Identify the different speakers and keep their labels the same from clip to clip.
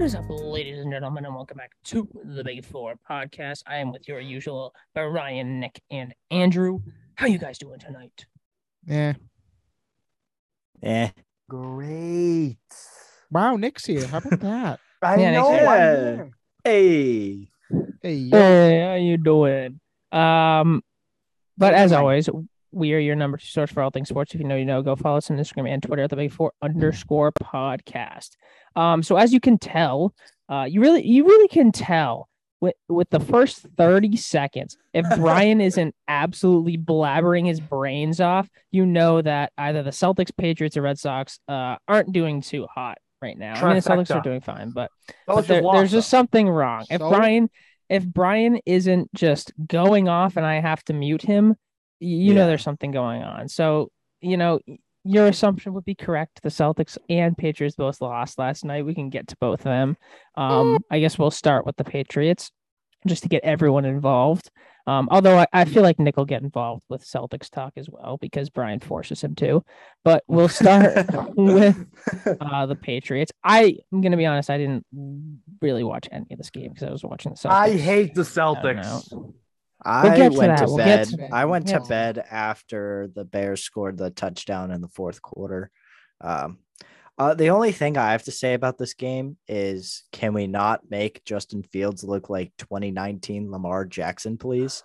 Speaker 1: is up, ladies and gentlemen, and welcome back to the Big Four podcast. I am with your usual Brian, Nick, and Andrew. How you guys doing tonight?
Speaker 2: Yeah.
Speaker 3: Yeah.
Speaker 4: Great.
Speaker 2: Wow, Nick's here. How about that?
Speaker 4: I
Speaker 1: Yeah,
Speaker 2: Oh,
Speaker 4: know.
Speaker 1: next
Speaker 4: I'm
Speaker 3: year.
Speaker 4: here.
Speaker 3: Hey.
Speaker 2: Hey, yeah.
Speaker 1: Hey, how you doing? Um, but as always, we are your number two source for all things sports. If you know, you know. Go follow us on Instagram and Twitter at the Big Four underscore podcast. Um, so as you can tell, uh, you really, you really can tell with with the first thirty seconds if Brian isn't absolutely blabbering his brains off, you know that either the Celtics, Patriots, or Red Sox uh, aren't doing too hot right now. I mean, the Celtics are
Speaker 4: Trifecta.
Speaker 1: doing fine, but
Speaker 4: That
Speaker 1: but
Speaker 4: was
Speaker 1: there-
Speaker 4: lost,
Speaker 1: there's just
Speaker 4: though.
Speaker 1: something wrong. If
Speaker 2: So-
Speaker 1: Brian, if Brian isn't just going off and I have to mute him, y- you know
Speaker 3: Yeah.
Speaker 1: there's something going on. So you know y- your assumption would be correct. The Celtics and Patriots both lost last night. We can get to both of them. Um, I guess we'll start with the Patriots just to get everyone involved. Um, although I, I feel like Nick will get involved with Celtics talk as well because Brian forces him to. But we'll start with uh, the Patriots. I am gonna be honest. I didn't really watch any of this game because I was watching the Celtics.
Speaker 4: I hate the
Speaker 1: I don't
Speaker 4: Celtics.
Speaker 3: I
Speaker 1: get to
Speaker 3: went to
Speaker 1: that. We'll get
Speaker 3: bed.
Speaker 1: to
Speaker 2: that.
Speaker 3: I went to
Speaker 1: Yes.
Speaker 3: bed after the Bears scored the touchdown in the fourth quarter. Um, uh, the only thing I have to say about this game is can we not make Justin Fields look like 2019 Lamar Jackson, please?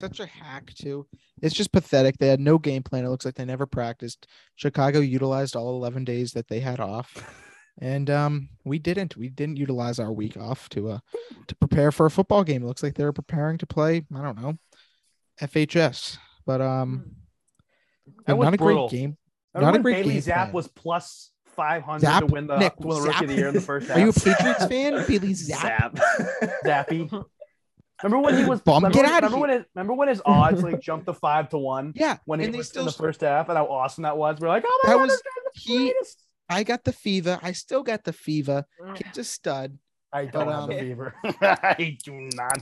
Speaker 2: Such a hack, too. It's just pathetic. They had no game plan. It looks like they never practiced. Chicago utilized all 11 days that they had off. And um, we didn't. We didn't utilize our week off to uh to prepare for a football game. It looks like they were preparing to play, I don't know, FHS. But um
Speaker 4: Hmm. That was
Speaker 2: not a
Speaker 4: brutal.
Speaker 2: great game.
Speaker 4: Remember
Speaker 2: Not a
Speaker 4: when
Speaker 2: great
Speaker 4: Bailey
Speaker 2: game
Speaker 4: Zapp
Speaker 2: plan.
Speaker 4: was plus 500
Speaker 2: Zapp?
Speaker 4: to win the,
Speaker 2: Nick,
Speaker 4: to win the
Speaker 2: Zapp?
Speaker 4: rookie of the year in the first half.
Speaker 2: Are you a Patriots fan? Billy Zapp.
Speaker 4: Zappy? Remember when he was
Speaker 2: Bum,
Speaker 4: remember,
Speaker 2: get outta
Speaker 4: remember when his, remember when his odds like jumped to five to one
Speaker 2: Yeah.
Speaker 4: when he
Speaker 2: and they
Speaker 4: was
Speaker 2: still
Speaker 4: in the first half and how awesome that was? We're like, oh my
Speaker 2: That
Speaker 4: god,
Speaker 2: was-
Speaker 4: this guy's the
Speaker 2: he-
Speaker 4: greatest.
Speaker 2: I got the fever. I still got the fever.
Speaker 1: know.
Speaker 2: Kid's a stud.
Speaker 4: I don't have the
Speaker 2: um,
Speaker 4: fever. I do not.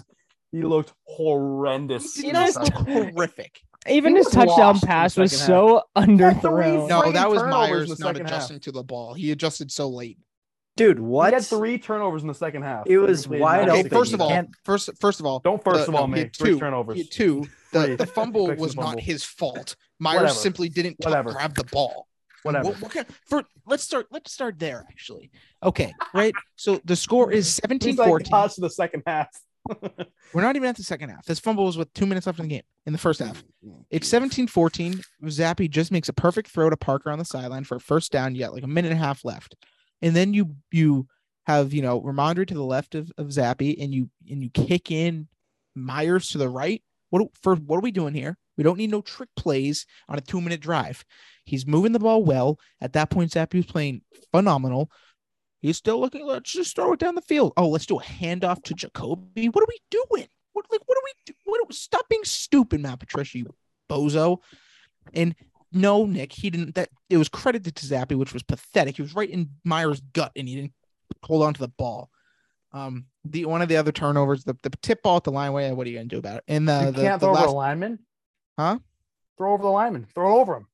Speaker 4: He looked horrendous.
Speaker 1: He
Speaker 4: in
Speaker 1: does
Speaker 4: the
Speaker 1: look
Speaker 4: second half.
Speaker 2: horrific.
Speaker 1: Even
Speaker 4: He
Speaker 1: his
Speaker 4: was
Speaker 1: touchdown
Speaker 4: lost in the
Speaker 1: pass was
Speaker 4: second
Speaker 1: so
Speaker 4: had three
Speaker 1: underthrown.
Speaker 4: No,
Speaker 2: No,
Speaker 4: Freaking
Speaker 2: that was
Speaker 4: turnovers in
Speaker 2: Myers
Speaker 4: the
Speaker 2: not
Speaker 4: second
Speaker 2: adjusting to the ball. He adjusted so late.
Speaker 3: Dude,
Speaker 4: He had
Speaker 3: what?
Speaker 4: three turnovers in the second half.
Speaker 3: It was
Speaker 4: Completed
Speaker 3: wide
Speaker 4: nothing.
Speaker 2: Okay,
Speaker 3: open.
Speaker 2: first
Speaker 3: you
Speaker 2: of all,
Speaker 3: can't-
Speaker 2: first first of all,
Speaker 4: Don't first
Speaker 2: the-
Speaker 4: of all
Speaker 2: no, he
Speaker 4: make
Speaker 2: had
Speaker 4: three
Speaker 2: he
Speaker 4: turnovers.
Speaker 2: had two. The,
Speaker 4: Three.
Speaker 2: the fumble
Speaker 4: Fix the
Speaker 2: was not
Speaker 4: fumble.
Speaker 2: his fault. Myers
Speaker 4: Whatever.
Speaker 2: simply didn't t-
Speaker 4: Whatever.
Speaker 2: grab the ball.
Speaker 4: Whatever.
Speaker 2: What, what kind for, let's start. Let's start there. Actually, okay, right. So the score is
Speaker 4: He's
Speaker 2: 17
Speaker 4: like
Speaker 2: 14.
Speaker 4: us in the second half.
Speaker 2: We're not even at the second half. This fumble was with two minutes left in the game in the first half. It's 17 14. Zappy just makes a perfect throw to Parker on the sideline for a first down yet, like a minute and a half left. And then you you have, you know, Ramondre to the left of, of Zappy and you and you kick in Myers to the right. What do- for what are we doing here? We don't need no trick plays on a two minute drive. He's moving the ball well. At that point, Zappy was playing phenomenal. He's still looking. Let's just throw it down the field. Oh, let's do a handoff to Jacoby. What are we doing? What like what are we do? What are- stop being stupid, Matt Patricia, you bozo. And no, Nick, he didn't. That it was credited to Zappy, which was pathetic. He was right in Myers' gut, and he didn't hold on to the ball. Um, the one of the other turnovers, the, the tip ball at the line way. What are you gonna do about it? And the,
Speaker 4: you
Speaker 2: Uh, the,
Speaker 4: can't
Speaker 2: the
Speaker 4: throw over
Speaker 2: last
Speaker 4: the lineman.
Speaker 2: Huh?
Speaker 4: Throw over the lineman. Throw it over him.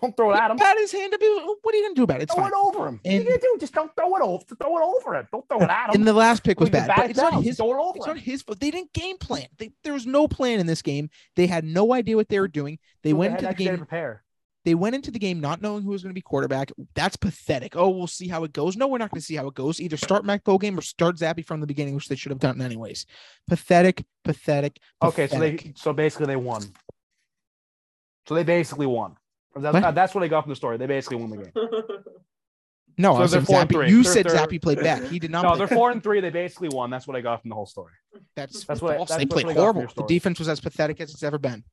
Speaker 4: Don't throw it at him.
Speaker 2: pat his hand up. What are you gonna do about it? It's
Speaker 4: throw
Speaker 2: fine.
Speaker 4: it over him. what
Speaker 2: And-
Speaker 4: are you gonna do? Just don't throw it over. Throw it over him. Don't throw it at him.
Speaker 2: And the last pick
Speaker 4: We
Speaker 2: was
Speaker 4: can
Speaker 2: bad.
Speaker 4: back
Speaker 2: But it's not
Speaker 4: down.
Speaker 2: his
Speaker 4: Throw it over
Speaker 2: It's
Speaker 4: him.
Speaker 2: not his fault. They didn't game plan. They, there was no plan in this game. They had no idea what they were doing. They
Speaker 4: Dude,
Speaker 2: went
Speaker 4: had
Speaker 2: into the
Speaker 4: an extra day to
Speaker 2: game.
Speaker 4: prepare.
Speaker 2: They went into the game not knowing who was going to be quarterback. That's pathetic. Oh, we'll see how it goes. No, we're not going to see how it goes. Either start Mac Bowl game or start Zappy from the beginning, which they should have done anyways. Pathetic. Pathetic.
Speaker 4: Okay, so they
Speaker 2: pathetic.
Speaker 4: so basically they won. So they basically won. That's,
Speaker 2: What?
Speaker 4: uh, that's what I got from the story. They basically won the game.
Speaker 2: no.
Speaker 4: so
Speaker 2: I was
Speaker 4: they're
Speaker 2: saying
Speaker 4: four and
Speaker 2: Zappy.
Speaker 4: three.
Speaker 2: You
Speaker 4: They're-
Speaker 2: said
Speaker 4: they're-
Speaker 2: Zappy played bad. He did not.
Speaker 4: No,
Speaker 2: play
Speaker 4: they're
Speaker 2: bad.
Speaker 4: four and three. They basically won. That's what I got from the whole story.
Speaker 2: That's,
Speaker 4: That's what I-
Speaker 2: false.
Speaker 4: that's
Speaker 2: they
Speaker 4: what
Speaker 2: played
Speaker 4: I got from
Speaker 2: horrible.
Speaker 4: your
Speaker 2: The
Speaker 4: story.
Speaker 2: defense was as pathetic as it's ever been.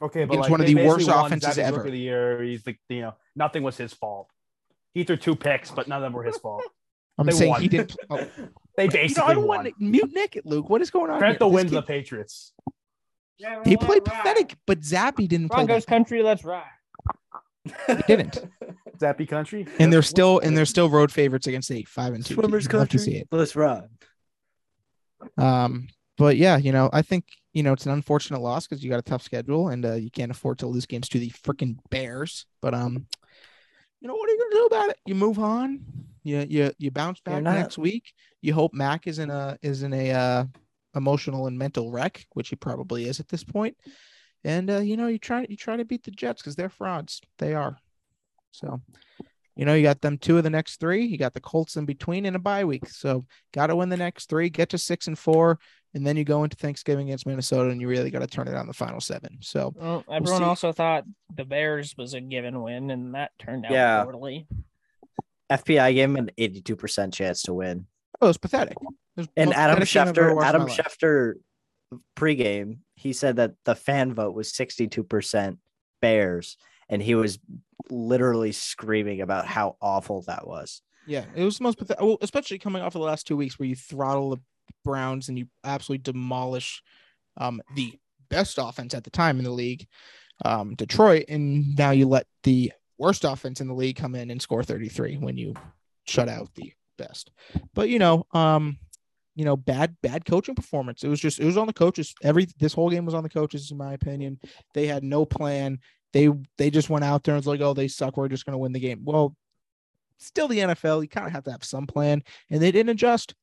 Speaker 4: Okay, but
Speaker 2: Against
Speaker 4: like,
Speaker 2: one of
Speaker 4: they
Speaker 2: the worst
Speaker 4: basically won.
Speaker 2: offenses
Speaker 4: Zappy's rookie
Speaker 2: ever.
Speaker 4: Of the year. He's like, you know, nothing was his fault. He threw two picks, but none of them were his fault.
Speaker 2: I'm
Speaker 4: They
Speaker 2: saying
Speaker 4: won.
Speaker 2: he didn't. Oh,
Speaker 4: They
Speaker 2: you know, I
Speaker 4: basically
Speaker 2: don't
Speaker 4: won.
Speaker 2: want to mute Nick at Luke. What is going on?
Speaker 4: Credit
Speaker 2: here?
Speaker 4: the
Speaker 2: This
Speaker 4: win to
Speaker 2: kid-
Speaker 4: the Patriots.
Speaker 2: He played pathetic, but Zappy didn't play.
Speaker 1: Broncos
Speaker 2: That.
Speaker 1: country, let's ride.
Speaker 2: He didn't,
Speaker 4: Zappy country.
Speaker 2: and they're
Speaker 4: That's-
Speaker 2: still and they're still road favorites against eight, five, and two.
Speaker 3: Swimmers
Speaker 2: You'd love to see
Speaker 3: country. Let's run.
Speaker 2: it. Um, but yeah, you know, I think you know it's an unfortunate loss because you got a tough schedule and uh, you can't afford to lose games to the freaking Bears. But um, you know what are you gonna do about it? You move on. You you you bounce
Speaker 3: You're
Speaker 2: back
Speaker 3: not-
Speaker 2: next week. You hope Mac is in a is in a uh, emotional and mental wreck, which he probably is at this point. And uh, you know you try you try to beat the Jets because they're frauds. They are. So, you know you got them two of the next three. You got the Colts in between and a bye week. So got to win the next three. Get to six and four, and then you go into Thanksgiving against Minnesota, and you really got to turn it on the final seven. So
Speaker 1: Well, everyone
Speaker 2: see.
Speaker 1: also thought the Bears was a given win, and that turned out
Speaker 3: Yeah.
Speaker 1: poorly.
Speaker 3: FBI gave him an 82% chance to win.
Speaker 2: oh, it's pathetic. It was the
Speaker 3: And
Speaker 2: most
Speaker 3: Adam
Speaker 2: pathetic game I've ever
Speaker 3: Schefter,
Speaker 2: watched in
Speaker 3: Adam
Speaker 2: my life.
Speaker 3: Schefter pregame, he said that the fan vote was 62% Bears. And he was literally screaming about how awful that was.
Speaker 2: Yeah, it was the most pathetic. Well, especially coming off of the last two weeks where you throttle the Browns and you absolutely demolish um, the best offense at the time in the league, um, Detroit, and now you let the worst offense in the league come in and score 33 when you shut out the best. But you know, um, you know, bad bad coaching performance. It was just it was on the coaches. Every this whole game was on the coaches, in my opinion. They had no plan. They they just went out there and was like, oh, they suck. We're just gonna win the game. Well, still the NFL. You kind of have to have some plan, and they didn't adjust.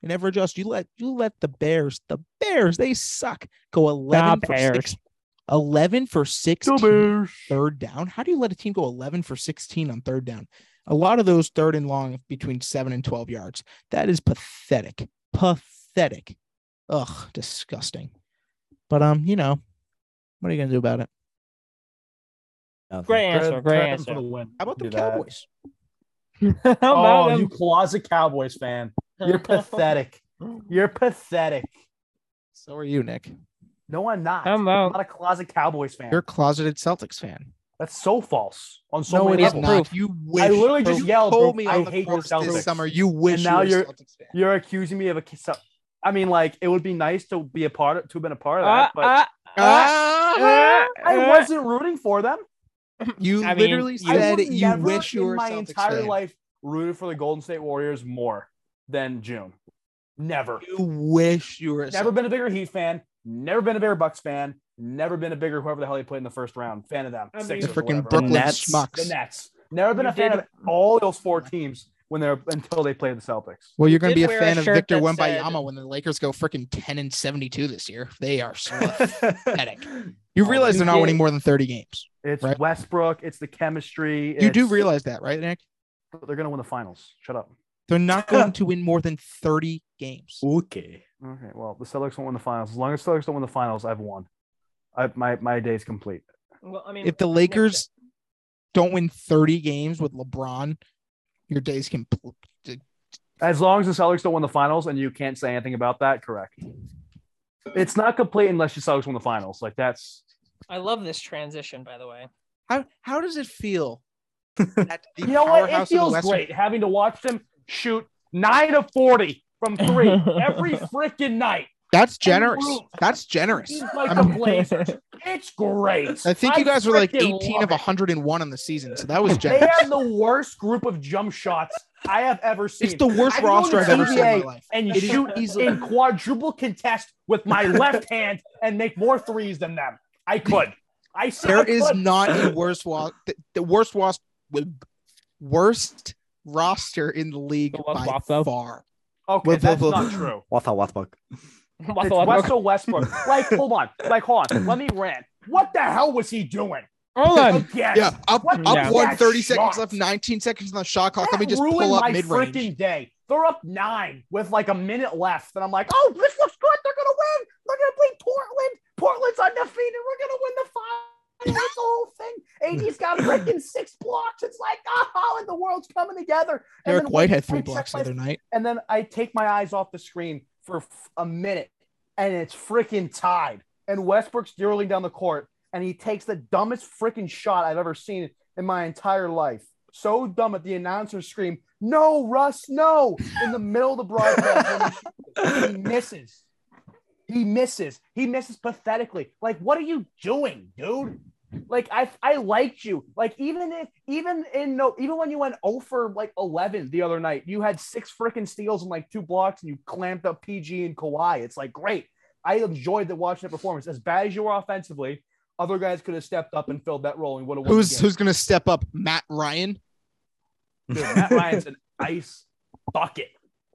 Speaker 2: They never adjust. You let you let the Bears, the Bears, they suck. Go eleven
Speaker 1: The
Speaker 2: for
Speaker 1: Bears.
Speaker 2: six. Eleven for sixteen third down. How do you let a team go 11 for 16 on third down? A lot of those third and long between seven and 12 yards. That is pathetic. Pathetic. Ugh, disgusting. But um, you know, what are you gonna do about it?
Speaker 3: Nothing.
Speaker 1: Great answer.
Speaker 4: Grab-
Speaker 1: Great
Speaker 4: grab them
Speaker 1: answer.
Speaker 4: for the win.
Speaker 2: How about the
Speaker 4: Do that.
Speaker 2: Cowboys?
Speaker 1: How
Speaker 4: Oh,
Speaker 1: about
Speaker 4: you
Speaker 1: them?
Speaker 4: closet Cowboys fan. You're pathetic.
Speaker 1: Uh,
Speaker 4: You're pathetic.
Speaker 2: So are you, Nick.
Speaker 4: No, I'm not.
Speaker 1: How
Speaker 4: I'm
Speaker 1: about-
Speaker 4: not a closet Cowboys fan.
Speaker 2: You're a closeted Celtics fan.
Speaker 4: That's so false on so
Speaker 2: no, it
Speaker 4: many
Speaker 2: is
Speaker 4: levels.
Speaker 1: levels.
Speaker 2: not. You wish.
Speaker 4: literally just
Speaker 2: you
Speaker 4: yelled, Brooke,
Speaker 2: told me
Speaker 4: I
Speaker 2: on the
Speaker 4: hate your
Speaker 2: post this
Speaker 4: Celtics.
Speaker 2: summer. You wish.
Speaker 4: now
Speaker 2: you were
Speaker 4: you're-
Speaker 2: a Celtics fan.
Speaker 4: You're accusing me of a kiss up. I mean, like it would be nice to be a part of, to have been a part of
Speaker 1: Uh,
Speaker 4: that, but
Speaker 1: uh, uh,
Speaker 2: Ah!
Speaker 4: I
Speaker 1: uh,
Speaker 4: wasn't rooting for them.
Speaker 2: you
Speaker 1: I mean,
Speaker 2: literally
Speaker 1: I
Speaker 4: I
Speaker 2: said
Speaker 4: would
Speaker 2: you
Speaker 4: never
Speaker 2: wish you
Speaker 4: in
Speaker 2: were a
Speaker 4: my
Speaker 2: Celtics
Speaker 4: entire
Speaker 2: fan.
Speaker 4: life rooted for the Golden State Warriors more than June. Never.
Speaker 2: You wish you were a
Speaker 4: Never
Speaker 2: Celtics-
Speaker 4: been a bigger Heat fan. Never been a bigger Bucks fan. Never been a bigger whoever the hell he played in the first round fan of them.
Speaker 1: I mean-
Speaker 4: Sixers
Speaker 2: the
Speaker 4: or
Speaker 2: freaking
Speaker 4: whatever.
Speaker 2: Brooklyn
Speaker 3: Nets.
Speaker 4: The
Speaker 2: Schmucks.
Speaker 4: Nets. Never been
Speaker 1: You
Speaker 4: a fan
Speaker 1: did-
Speaker 4: of all those four teams when they're until they played the Celtics.
Speaker 2: Well, you're going to
Speaker 1: did
Speaker 2: be a
Speaker 1: wear a
Speaker 2: fan of
Speaker 1: shirt
Speaker 2: Victor
Speaker 1: that
Speaker 2: Wembayama
Speaker 1: said-
Speaker 2: when the Lakers go freaking 10 and 72 this year. They are slow.
Speaker 3: Pathetic.
Speaker 2: You
Speaker 4: Oh,
Speaker 2: realize
Speaker 4: you
Speaker 2: they're not
Speaker 4: did.
Speaker 2: winning more than 30 games.
Speaker 4: It's
Speaker 2: Right.
Speaker 4: Westbrook. It's the chemistry.
Speaker 2: You do
Speaker 4: it's-
Speaker 2: realize that, right, Nick?
Speaker 4: they're gonna win the finals. Shut up.
Speaker 2: They're not going to win more than 30 games.
Speaker 3: okay.
Speaker 4: Okay. Well, the Celtics won't win the finals. As long as Celtics don't win the finals, I've won. I, my my day's complete.
Speaker 1: well, I mean,
Speaker 2: If the
Speaker 1: Nick,
Speaker 2: Lakers don't win 30 games with LeBron, your days can. pl-
Speaker 4: As long as the Celtics don't win the finals, and you can't say anything about that, correct? It's not complete unless you Celtics win the finals. Like that's
Speaker 1: I love this transition, by the way.
Speaker 2: How, how does it feel? That the
Speaker 4: you know what? It
Speaker 2: powerhouse of the
Speaker 4: feels
Speaker 2: Western-
Speaker 4: great having to watch them shoot nine of forty from three every freaking night.
Speaker 2: That's generous.
Speaker 4: room.
Speaker 2: That's generous.
Speaker 4: It's like
Speaker 2: I
Speaker 4: the
Speaker 2: mean-
Speaker 4: Blazers. It's great.
Speaker 2: I think you guys were like
Speaker 4: freaking
Speaker 2: 18
Speaker 4: love it.
Speaker 2: of 101 on the season, so that was
Speaker 4: They
Speaker 2: generous.
Speaker 4: have the worst group of jump shots I have ever seen.
Speaker 2: It's the worst
Speaker 4: I can go
Speaker 2: roster
Speaker 4: to
Speaker 2: I've ever seen in my
Speaker 4: TBA
Speaker 2: life.
Speaker 4: and
Speaker 2: It is
Speaker 4: shoot
Speaker 2: easily-
Speaker 4: in quadruple contest with my left hand and make more threes than them. I could. I said I
Speaker 2: There is
Speaker 4: could.
Speaker 2: not a worse wa- the, the worst was worst roster in the league
Speaker 1: The worst
Speaker 2: by
Speaker 1: waffle.
Speaker 2: far.
Speaker 4: Okay,
Speaker 2: Well,
Speaker 4: that's
Speaker 2: well, well.
Speaker 4: not true.
Speaker 3: What the what the-
Speaker 1: Buffalo
Speaker 4: It's Russell Westbrook.
Speaker 1: Westbrook.
Speaker 4: Like, hold on. Like, hold on. Let me rant. What the hell was he doing?
Speaker 1: Hold on.
Speaker 4: Again.
Speaker 2: Yeah, up,
Speaker 4: What
Speaker 2: up
Speaker 1: Yeah.
Speaker 2: one,
Speaker 4: that
Speaker 2: 30 seconds
Speaker 4: shot?
Speaker 2: left, 19 seconds on the shot clock.
Speaker 4: That
Speaker 2: Let me just
Speaker 4: ruined
Speaker 2: pull up
Speaker 4: my
Speaker 2: mid range.
Speaker 4: freaking day. They're up nine with like a minute left, and I'm like, oh, this looks good. They're gonna win. They're gonna play Portland. Portland's undefeated. We're gonna win the final. It's the whole thing. AD's got freaking six blocks. It's like, oh, and the world's coming together. And
Speaker 2: Derek
Speaker 4: then
Speaker 2: White
Speaker 4: when
Speaker 2: had
Speaker 4: I
Speaker 2: three
Speaker 4: check
Speaker 2: blocks the
Speaker 4: my-
Speaker 2: other night.
Speaker 4: And then I take my eyes off the screen for f- a minute, and it's freaking tied. And Westbrook's dearling down the court, and he takes the dumbest freaking shot I've ever seen in my entire life. So dumb at the announcers scream, "No, Russ, no!" in the middle of the broadcast. when he he misses. He misses. He misses pathetically. Like, what are you doing, dude? Like, I I liked you. Like, even if even in no even when you went 0 for like 11 the other night, you had six freaking steals and like two blocks, and you clamped up PG and Kawhi. It's like great. I enjoyed the watching that performance. As bad as you were offensively, other guys could have stepped up and filled that role and would have won. the
Speaker 2: Who's
Speaker 4: game.
Speaker 2: who's going to step up? Matt Ryan?
Speaker 4: Dude, Matt Ryan's an ice bucket.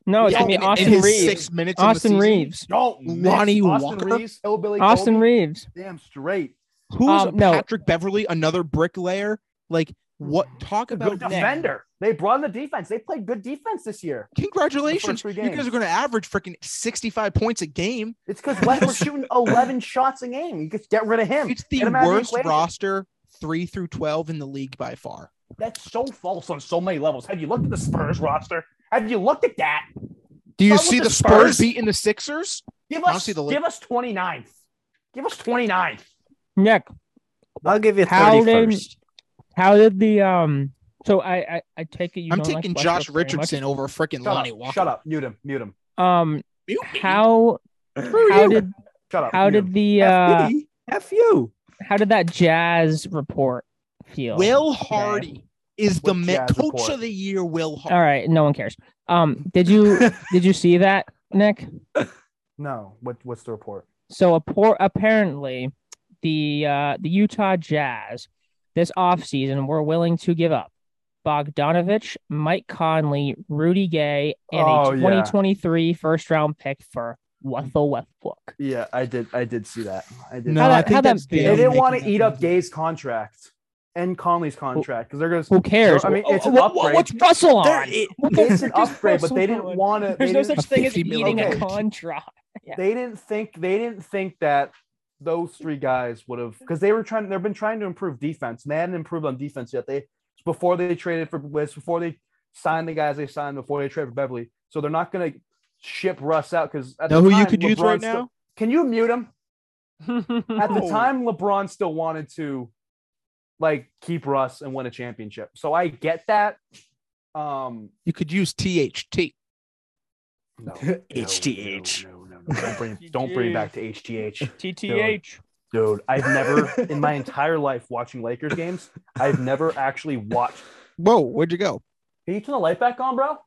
Speaker 1: No, it's
Speaker 4: Yeah,
Speaker 1: gonna be
Speaker 2: in- in
Speaker 1: Austin
Speaker 2: his
Speaker 1: Reeves.
Speaker 2: Six minutes. in the
Speaker 1: Austin
Speaker 2: season?
Speaker 1: Reeves.
Speaker 4: Don't miss
Speaker 2: Lonnie
Speaker 4: Austin
Speaker 2: Walker?
Speaker 4: Reeves, Hillbilly
Speaker 1: Austin
Speaker 4: Goldie,
Speaker 1: Reeves.
Speaker 4: damn straight.
Speaker 2: Who's
Speaker 1: Um, no.
Speaker 2: Patrick Beverly? Another bricklayer? Like what? Talk about
Speaker 4: Good
Speaker 2: next.
Speaker 4: defender. They brought in the defense. They played good defense this year.
Speaker 2: Congratulations!
Speaker 4: three
Speaker 2: You guys
Speaker 4: games.
Speaker 2: are going to average freaking sixty-five points a game.
Speaker 4: It's because Westbrook's shooting 11 shots a game. You just get rid of him.
Speaker 2: It's the
Speaker 4: Get him out of the
Speaker 2: worst
Speaker 4: equation.
Speaker 2: roster three through twelve in the league by far.
Speaker 4: That's so false on so many levels. Have you looked at the Spurs roster? Have you looked at that?
Speaker 2: Do you
Speaker 4: Start with
Speaker 2: see
Speaker 4: the
Speaker 2: the Spurs
Speaker 4: Spurs.
Speaker 2: beating the Sixers?
Speaker 4: Give
Speaker 2: I don't
Speaker 4: us,
Speaker 2: see the li-
Speaker 4: give us 29th. Give us 29th.
Speaker 1: Nick,
Speaker 3: I'll give you
Speaker 1: How
Speaker 3: thirty
Speaker 1: did-
Speaker 3: first.
Speaker 1: how did the um? So I I, I take it you.
Speaker 2: I'm
Speaker 1: don't like
Speaker 2: taking
Speaker 1: Westbrook
Speaker 2: Josh
Speaker 1: very much.
Speaker 2: Richardson over freaking
Speaker 4: Shut
Speaker 2: Lonnie
Speaker 4: up.
Speaker 2: Walker.
Speaker 4: Shut up. Mute him. Mute him.
Speaker 1: Um,
Speaker 2: You mean-
Speaker 1: how
Speaker 3: F
Speaker 1: how did
Speaker 4: Shut up.
Speaker 1: how
Speaker 4: Mute
Speaker 1: did
Speaker 4: him.
Speaker 1: the uh
Speaker 3: you. F you.
Speaker 1: how did that Jazz report feel?
Speaker 2: Will Hardy is the
Speaker 4: With
Speaker 2: ma-
Speaker 4: Jazz
Speaker 2: coach
Speaker 4: report.
Speaker 2: of the year. Will Hardy.
Speaker 1: All right, no one cares. Um, did you did you see that, Nick?
Speaker 4: No. What, what's the report?
Speaker 1: So a poor, apparently, the uh, the Utah Jazz this offseason were willing to give up Bogdanovich, Mike Conley, Rudy Gay, and
Speaker 4: Oh, yeah.
Speaker 1: a 2023 first round pick for Russell Westbrook.
Speaker 4: Yeah, I did. I did see that. I did.
Speaker 2: No,
Speaker 1: How
Speaker 2: I
Speaker 1: that-
Speaker 2: think
Speaker 1: how that
Speaker 2: that's
Speaker 1: feel?
Speaker 4: They
Speaker 1: Yeah,
Speaker 4: didn't
Speaker 2: making
Speaker 4: want
Speaker 2: that
Speaker 4: to eat up
Speaker 2: decision.
Speaker 4: Gay's contract and Conley's contract because they're going to.
Speaker 1: Who cares?
Speaker 4: I mean, it's an
Speaker 1: Wha- wha-
Speaker 4: upgrade.
Speaker 1: What's Russell on?
Speaker 3: There i-
Speaker 1: What the
Speaker 4: It's an
Speaker 1: frick is
Speaker 4: upgrade, but
Speaker 1: Russell
Speaker 4: they
Speaker 1: on?
Speaker 4: didn't want to.
Speaker 1: There's no such thing as
Speaker 2: 50 million
Speaker 1: eating a
Speaker 4: okay.
Speaker 1: contract.
Speaker 4: they didn't think they didn't think that those three guys would have because they were trying they've been trying to improve defense and they hadn't improved on defense yet they before they traded for Bliss, before they signed the guys they signed before they traded for Beverly so they're not going to ship Russ out because
Speaker 2: Know who you could use right now?
Speaker 4: can you mute him at the
Speaker 2: No.
Speaker 4: time LeBron still wanted to like keep Russ and win a championship so I get that um
Speaker 2: You could use THT.
Speaker 4: no, no,
Speaker 3: HTH.
Speaker 4: no, no, no, no. don't bring don't bring him back to HTH
Speaker 1: TTH.
Speaker 4: Dude, I've never in my entire life watching Lakers games, I've never actually watched.
Speaker 2: Whoa, where'd you go?
Speaker 4: Can you turn the light back on, bro?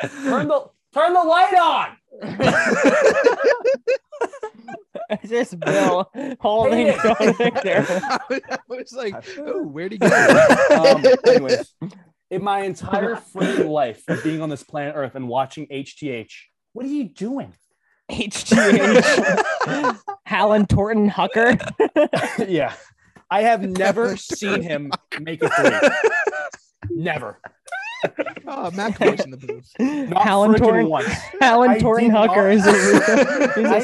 Speaker 4: Turn the turn the light on.
Speaker 1: It's just Bill holding Dominic there.
Speaker 2: I was like, oh, where'd he go?
Speaker 4: Um, anyways, in my entire freaking life of being on this planet Earth and watching HTH, what are you doing?
Speaker 1: HGH. Hallen Torton Hucker.
Speaker 4: yeah, I have never seen him make a three. Never,
Speaker 2: oh, Matt Coy's in the booth.
Speaker 4: not
Speaker 1: Hallen
Speaker 4: freaking
Speaker 1: Torton.
Speaker 4: once. I
Speaker 1: Alan Torton
Speaker 4: did not-
Speaker 1: Hucker is a, he's a
Speaker 4: I never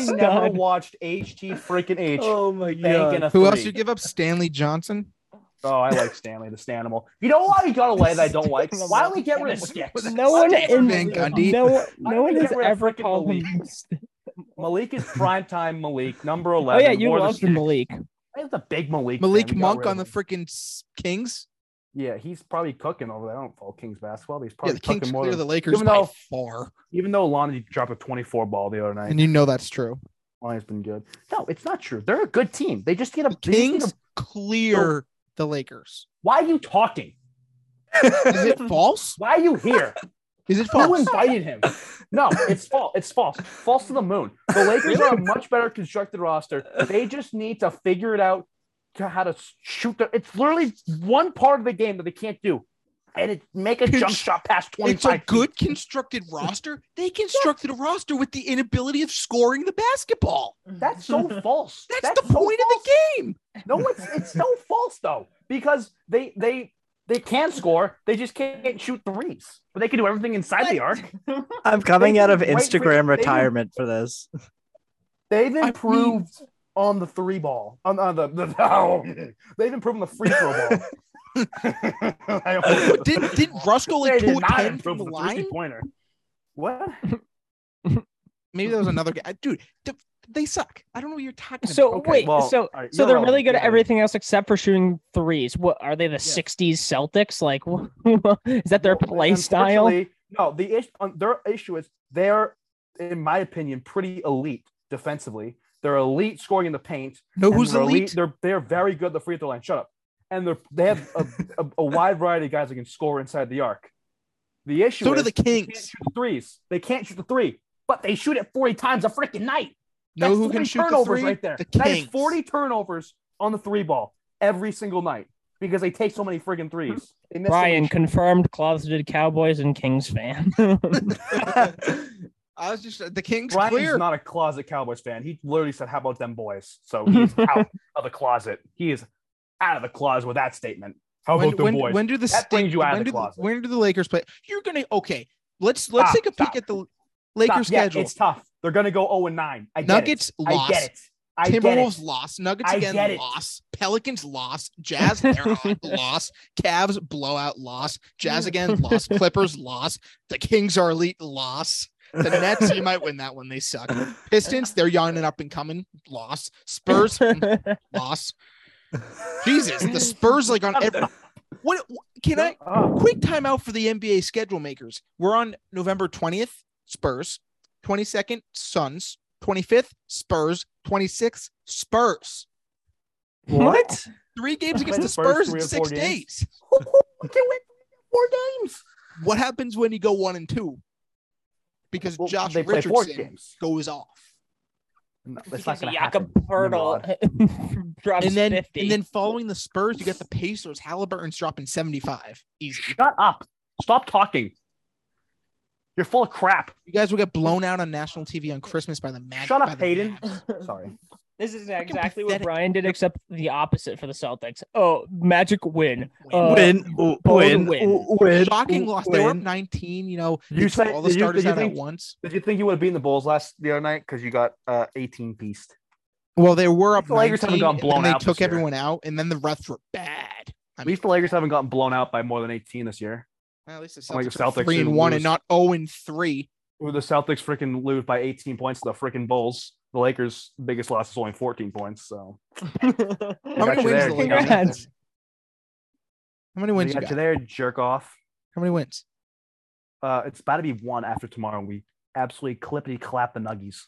Speaker 1: stud.
Speaker 4: watched HT freaking H.
Speaker 3: Oh my
Speaker 4: bank in a
Speaker 2: Who
Speaker 4: three.
Speaker 2: else you give up? Stanley Johnson.
Speaker 4: Oh, I like Stanley the Stanimal. You know why we got away that I don't like? Why don't we get rid of Sticks?
Speaker 1: No one
Speaker 4: Why don't we
Speaker 1: in
Speaker 4: get
Speaker 2: Van
Speaker 4: rid of
Speaker 2: Gundy.
Speaker 1: no,
Speaker 4: I
Speaker 1: no one
Speaker 4: think
Speaker 1: has
Speaker 4: they were
Speaker 1: ever
Speaker 4: freaking
Speaker 1: called him.
Speaker 4: Malik is primetime Malik, number
Speaker 1: Oh
Speaker 4: 11.
Speaker 1: yeah, you
Speaker 4: wore the-
Speaker 1: love the Malik.
Speaker 4: I have the big Malik. man.
Speaker 2: Malik
Speaker 4: We got
Speaker 2: Monk
Speaker 4: rid of
Speaker 2: on the
Speaker 4: him.
Speaker 2: freaking s- Kings.
Speaker 4: yeah, he's probably cooking over there. I don't follow Kings basketball. but he's
Speaker 2: Yeah,
Speaker 4: probably
Speaker 2: the
Speaker 4: cooking
Speaker 2: Kings
Speaker 4: more
Speaker 2: clear
Speaker 4: than
Speaker 2: the Lakers
Speaker 4: Even
Speaker 2: by
Speaker 4: though-
Speaker 2: far,
Speaker 4: Even though Lonnie dropped a 24 ball the other night,
Speaker 2: and you know that's true.
Speaker 4: Lonnie's been good. No, it's not true. They're a good team. They just need a
Speaker 2: The
Speaker 4: they just need
Speaker 2: Kings
Speaker 4: a- Oh.
Speaker 2: clear the Lakers.
Speaker 4: Why are you talking?
Speaker 2: Is it false?
Speaker 4: Why are you here?
Speaker 2: Is it
Speaker 4: Who
Speaker 2: false?
Speaker 4: invited him? No, it's false. It's false. False to the moon. The Lakers are a much better constructed roster. They just need to figure it out to how to shoot. The, it's literally one part of the game that they can't do, and it make a jump shot past twenty
Speaker 2: It's a
Speaker 4: five.
Speaker 2: good constructed roster. They constructed a roster with the inability of scoring the basketball.
Speaker 4: That's so false.
Speaker 2: That's, the
Speaker 4: so
Speaker 2: point of
Speaker 4: false.
Speaker 2: the game.
Speaker 4: No, it's it's so false though because they they they can score. They just can't shoot threes, but they can do everything inside the arc.
Speaker 3: I'm coming
Speaker 4: They
Speaker 3: out of
Speaker 4: didn't wait for-
Speaker 3: Instagram
Speaker 4: they didn't-
Speaker 3: retirement for this.
Speaker 4: They've
Speaker 2: mean-
Speaker 4: improved on the three ball. On, on the, the oh, they've improved on the free throw ball. I
Speaker 2: But
Speaker 4: almost-
Speaker 2: didn't didn't Russ go
Speaker 4: They
Speaker 2: like
Speaker 4: did
Speaker 2: two
Speaker 4: not
Speaker 2: ten
Speaker 4: improve
Speaker 2: from the
Speaker 4: the three
Speaker 2: line?
Speaker 4: pointer. What?
Speaker 2: Maybe that was another guy. Dude, th- they suck. I don't know what you're talking about.
Speaker 1: So
Speaker 4: Okay,
Speaker 1: wait,
Speaker 4: well,
Speaker 1: so
Speaker 4: all right,
Speaker 1: so
Speaker 4: you're
Speaker 1: they're
Speaker 4: relevant.
Speaker 1: really good at
Speaker 4: Yeah, yeah.
Speaker 1: everything else except for shooting threes. What are they? The '60s Celtics? Like, is that their
Speaker 4: Well,
Speaker 1: play style?
Speaker 4: unfortunately- No, the issue. Their issue is they're, in my opinion, pretty elite defensively. They're elite scoring in the paint.
Speaker 2: No,
Speaker 4: and
Speaker 2: who's
Speaker 4: they're
Speaker 2: elite?
Speaker 4: They're they're very good at the free throw line. Shut up. And they're they have a, a, a wide variety of guys that can score inside the arc. The issue
Speaker 2: So
Speaker 4: is
Speaker 2: do the
Speaker 4: they can't
Speaker 2: Kings.
Speaker 4: shoot the threes. They can't shoot the three, but they shoot it 40 times a freaking night.
Speaker 2: Know
Speaker 4: That's
Speaker 2: who
Speaker 4: three
Speaker 2: can shoot the
Speaker 4: turnovers
Speaker 2: three?
Speaker 4: right there.
Speaker 2: The
Speaker 4: That is
Speaker 2: Kings.
Speaker 4: 40 turnovers on the three ball every single night. because they take so many friggin' threes. They miss so many
Speaker 1: Brian
Speaker 4: shots.
Speaker 1: confirmed closeted Cowboys and Kings fan.
Speaker 2: I was just the Kings
Speaker 4: Brian's
Speaker 2: clear.
Speaker 4: not a closet Cowboys fan. He literally said, "How about them boys?" So he's out of the closet. He is out of the closet with that statement. How
Speaker 2: when,
Speaker 4: about them
Speaker 2: when-
Speaker 4: boys?
Speaker 2: when do the
Speaker 4: That brings
Speaker 2: Sting-
Speaker 4: you out of
Speaker 2: when
Speaker 4: the
Speaker 2: do
Speaker 4: closet.
Speaker 2: when do the Lakers play? You're gonna okay. Let's let's
Speaker 4: Stop,
Speaker 2: take a peek
Speaker 4: stop.
Speaker 2: at the
Speaker 4: Stop.
Speaker 2: Lakers
Speaker 4: Yeah,
Speaker 2: schedule.
Speaker 4: It's tough. They're gonna go zero and nine. I get it.
Speaker 2: Nuggets
Speaker 4: I
Speaker 2: lost.
Speaker 4: get it. I get
Speaker 2: Timberwolves
Speaker 4: it.
Speaker 2: lost. Nuggets
Speaker 4: I get
Speaker 2: again
Speaker 4: it.
Speaker 2: lost. Pelicans lost. Jazz they're on, lost. Cavs blowout lost. Jazz again lost. Clippers lost. The Kings are elite lost. The Nets you might win that one. They suck. Pistons they're young and up and coming. Lost. Spurs lost. Jesus, the Spurs like on every. What can I?
Speaker 4: Oh,
Speaker 2: quick timeout for the NBA schedule makers. We're on November 20th, Spurs, 22nd, Suns, 25th, Spurs, 26th, Spurs.
Speaker 3: what?
Speaker 2: Three games
Speaker 4: Play
Speaker 2: against
Speaker 4: the
Speaker 2: the
Speaker 4: Spurs
Speaker 2: Spurs in
Speaker 4: three or four
Speaker 2: six
Speaker 4: games?
Speaker 2: days.
Speaker 4: we can win four games
Speaker 2: What happens when you go one and two? Because
Speaker 4: Well,
Speaker 2: Josh
Speaker 4: they play four
Speaker 2: Richardson
Speaker 4: games.
Speaker 2: goes off.
Speaker 4: No, it's not gonna
Speaker 1: Jakob
Speaker 4: happen, Nimrod.
Speaker 1: Pertl drops
Speaker 2: And then
Speaker 1: 50.
Speaker 2: and then following the Spurs, you got the Pacers. Halliburton's dropping 75. Easy.
Speaker 4: Shut up. Stop talking. You're full of crap.
Speaker 2: You guys will get blown out on national TV on Christmas by the Magic.
Speaker 4: Shut
Speaker 2: by
Speaker 4: up,
Speaker 2: the
Speaker 4: Hayden.
Speaker 2: Mavs.
Speaker 4: Sorry.
Speaker 1: this is exactly what
Speaker 2: pathetic.
Speaker 1: Brian did, except the opposite for the Celtics. Oh, Magic win. Uh,
Speaker 3: win, w- win,
Speaker 1: win.
Speaker 3: w- win.
Speaker 2: Shocking
Speaker 3: w-
Speaker 2: loss. They were up
Speaker 3: win.
Speaker 2: 19. You know,
Speaker 4: Did
Speaker 2: they
Speaker 4: you
Speaker 2: took
Speaker 4: say-
Speaker 2: all the
Speaker 4: did you-
Speaker 2: starters
Speaker 4: did you
Speaker 2: out at
Speaker 4: think-
Speaker 2: once.
Speaker 4: Did you think you would have beaten the Bulls last the other night because you got uh, 18 pieced?
Speaker 2: Well, they were up.
Speaker 4: The Lakers haven't
Speaker 2: 19,
Speaker 4: gotten
Speaker 2: and
Speaker 4: blown
Speaker 2: then
Speaker 4: out
Speaker 2: They took
Speaker 4: this year.
Speaker 2: everyone out, and then the refs were bad. I
Speaker 4: At
Speaker 2: mean,
Speaker 4: least the Lakers haven't gotten blown out by more than 18 this year.
Speaker 2: well, at least the Celtics,
Speaker 4: Like the
Speaker 2: are
Speaker 4: Celtics
Speaker 2: three and
Speaker 4: who
Speaker 2: one, and
Speaker 4: lose.
Speaker 2: not zero and three.
Speaker 4: Or the Celtics freaking lose by 18 points to the freaking Bulls. The Lakers' biggest loss is only 14 points. So
Speaker 2: How many
Speaker 4: got you
Speaker 2: wins?
Speaker 4: there,
Speaker 2: the Lakers got?
Speaker 1: Congrats.
Speaker 2: How many
Speaker 4: we
Speaker 2: wins? You
Speaker 4: got
Speaker 2: got?
Speaker 4: you there, jerk off.
Speaker 2: How many wins?
Speaker 4: Uh, it's about to be one after tomorrow. We absolutely clippity clap the Nuggies.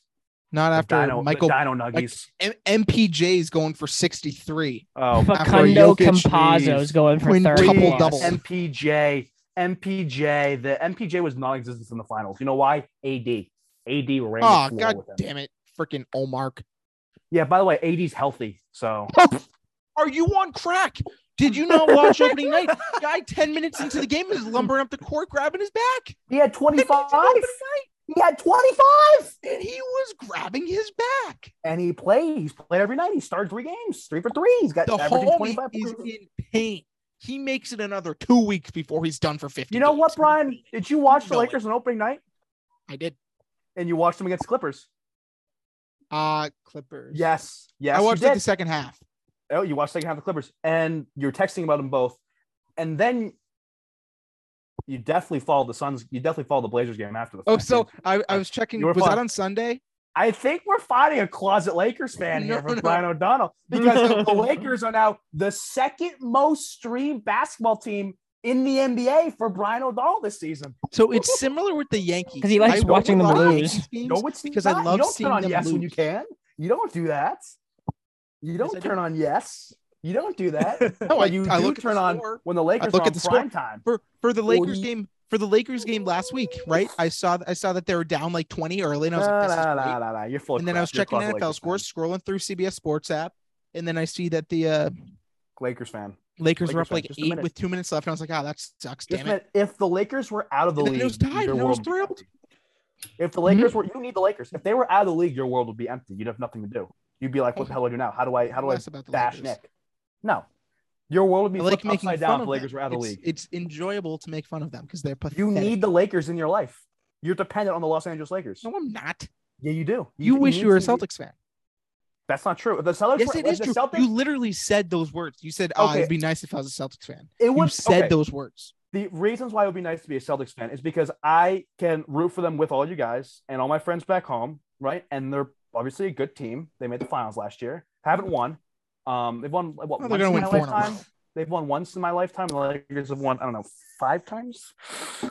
Speaker 2: Not
Speaker 4: The
Speaker 2: after
Speaker 4: Dino, the
Speaker 2: Michael
Speaker 4: Dino Nuggies.
Speaker 2: M- MPJ's going for sixty three.
Speaker 4: Oh,
Speaker 2: Fuck
Speaker 4: poor
Speaker 1: Facundo
Speaker 4: Jokic,
Speaker 1: Campazzo's
Speaker 4: jeez.
Speaker 1: going for
Speaker 2: Quinn
Speaker 1: 30
Speaker 2: Couple
Speaker 1: plus.
Speaker 2: doubles.
Speaker 1: And
Speaker 4: MPJ, MPJ. The MPJ was non-existent in the finals. You know why? AD, AD ran.
Speaker 2: Oh
Speaker 4: the floor
Speaker 2: god
Speaker 4: with him.
Speaker 2: damn it! Freaking Omar.
Speaker 4: Yeah. By the way, AD's healthy, so
Speaker 2: Are you on crack? Did you not watch opening night? Guy ten minutes into the game is lumbering up the court, grabbing his back.
Speaker 4: he had twenty-five.
Speaker 2: Opening
Speaker 4: He had twenty-five,
Speaker 2: night, and he was grabbing his back.
Speaker 4: and he plays. He's played every night. He started three games, three for three. He's got
Speaker 2: the
Speaker 4: averaging
Speaker 2: homie
Speaker 4: twenty-five.
Speaker 2: is
Speaker 4: points.
Speaker 2: in pain. He makes it another two weeks before he's done for 50.
Speaker 4: You know what,
Speaker 2: games.
Speaker 4: Brian? Did you watch the
Speaker 2: No.
Speaker 4: Lakers on opening night?
Speaker 2: I did.
Speaker 4: And you watched them against Clippers?
Speaker 2: Uh Clippers.
Speaker 4: Yes. Yes.
Speaker 2: I
Speaker 4: you
Speaker 2: watched it
Speaker 4: did.
Speaker 2: the second half.
Speaker 4: oh, you watched second half of the Clippers, and you're texting about them both, and then you definitely followed the Suns. You definitely followed the Blazers game after the.
Speaker 2: Oh,
Speaker 4: fact.
Speaker 2: so I, I was checking.
Speaker 4: You were
Speaker 2: Was that
Speaker 4: fine.
Speaker 2: on Sunday?
Speaker 4: I think we're finding a closet Lakers fan
Speaker 2: No,
Speaker 4: here from
Speaker 2: no.
Speaker 4: Brian O'Donnell because the Lakers are now the second most streamed basketball team in the NBA for Brian O'Donnell this season.
Speaker 2: So it's similar with the Yankees.
Speaker 1: 'Cause he likes
Speaker 2: I don't
Speaker 1: watching them
Speaker 2: watch
Speaker 1: lose.
Speaker 2: Yankees games
Speaker 4: No, it's
Speaker 2: because
Speaker 4: not.
Speaker 2: I love
Speaker 4: you don't
Speaker 2: seeing
Speaker 4: turn on
Speaker 2: them
Speaker 4: yes when
Speaker 2: lose.
Speaker 4: you can. You don't do that. You don't
Speaker 2: I do.
Speaker 4: turn on yes. You don't do that.
Speaker 2: No, I-
Speaker 4: But you
Speaker 2: I
Speaker 4: do
Speaker 2: look at the
Speaker 4: turn on
Speaker 2: score.
Speaker 4: when the Lakers
Speaker 2: look
Speaker 4: are
Speaker 2: at
Speaker 4: on
Speaker 2: the score.
Speaker 4: prime time.
Speaker 2: for for the Lakers
Speaker 1: you-
Speaker 2: game for the Lakers game last week, right? I saw I saw that they were down like 20 early, and I was
Speaker 4: Nah,
Speaker 2: like, this is
Speaker 4: nah,
Speaker 2: great.
Speaker 4: nah, nah, nah, You're full of
Speaker 2: And then I
Speaker 4: crap.
Speaker 2: was
Speaker 4: You're a
Speaker 2: checking
Speaker 4: closet
Speaker 2: NFL
Speaker 4: Lakers
Speaker 2: scores, scrolling through CBS Sports app, and then I see that the uh,
Speaker 4: Fan. Lakers fan.
Speaker 2: Lakers,
Speaker 4: Lakers
Speaker 2: were up
Speaker 4: fan,
Speaker 2: like
Speaker 4: just a
Speaker 2: eight
Speaker 4: minute.
Speaker 2: with two minutes left. And I was like, oh, that sucks.
Speaker 4: Just
Speaker 2: Damn it.
Speaker 4: meant if the Lakers were out of the
Speaker 2: And then
Speaker 4: league,
Speaker 2: it was tied,
Speaker 4: your
Speaker 2: and I
Speaker 4: world
Speaker 2: was
Speaker 4: would be
Speaker 2: thrilled. Mm-hmm.
Speaker 4: empty. If the Lakers were, you need the Lakers. If they were out of the league, your world would be empty. You'd have nothing to do. You'd be like, what the hell do I do now? How do I, how do I
Speaker 2: Less about the
Speaker 4: bash
Speaker 2: Lakers.
Speaker 4: Nick? No, your world would be
Speaker 2: I like
Speaker 4: like
Speaker 2: making
Speaker 4: upside
Speaker 2: fun
Speaker 4: down
Speaker 2: of
Speaker 4: if the Lakers
Speaker 2: them.
Speaker 4: were out of the
Speaker 2: it's,
Speaker 4: league.
Speaker 2: It's enjoyable to make fun of them because they're pathetic.
Speaker 4: You need the Lakers in your life. You're dependent on the Los Angeles Lakers.
Speaker 2: No, I'm not.
Speaker 4: Yeah, you do.
Speaker 2: You, wish
Speaker 4: need
Speaker 2: you were a
Speaker 4: to-
Speaker 2: Celtics fan.
Speaker 4: That's not true. If the Celtics.
Speaker 2: Yes,
Speaker 4: were,
Speaker 2: it
Speaker 4: if
Speaker 2: is
Speaker 4: the
Speaker 2: true.
Speaker 4: Celtics,
Speaker 2: You literally said those words. You said, "Oh,
Speaker 4: Okay.
Speaker 2: it'd be nice if I was a Celtics fan."
Speaker 4: it
Speaker 2: You
Speaker 4: would.
Speaker 2: said
Speaker 4: okay.
Speaker 2: those words.
Speaker 4: the reasons why it would be nice to be a Celtics fan is because I can root for them with all you guys and all my friends back home, right? And they're obviously a good team. They made the finals last year, haven't won. Um, they've won like, what?
Speaker 2: Well, they're
Speaker 4: once
Speaker 2: gonna
Speaker 4: in
Speaker 2: win
Speaker 4: my
Speaker 2: four in a
Speaker 4: lifetime.
Speaker 2: row.
Speaker 4: They've won once in my lifetime. The Lakers have won, I don't know, five times.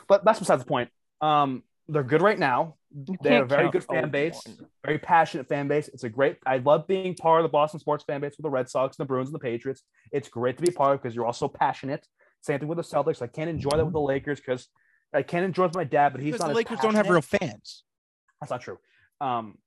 Speaker 4: But that's besides the point. Um, they're good right now.
Speaker 1: you
Speaker 4: They have a
Speaker 1: can't
Speaker 4: very
Speaker 1: count
Speaker 4: good fan
Speaker 1: oh,
Speaker 4: base,
Speaker 1: one.
Speaker 4: very passionate fan base. It's a great. I love being part of the Boston sports fan base with the Red Sox and the Bruins and the Patriots. It's great to be part of because you're all so passionate. Same thing with the Celtics. I can't enjoy that with the Lakers because I can't enjoy it with my dad, but he's
Speaker 2: Because
Speaker 4: not.
Speaker 2: the
Speaker 4: as
Speaker 2: Lakers don't have
Speaker 4: passionate.
Speaker 2: real fans.
Speaker 4: That's not true. Um,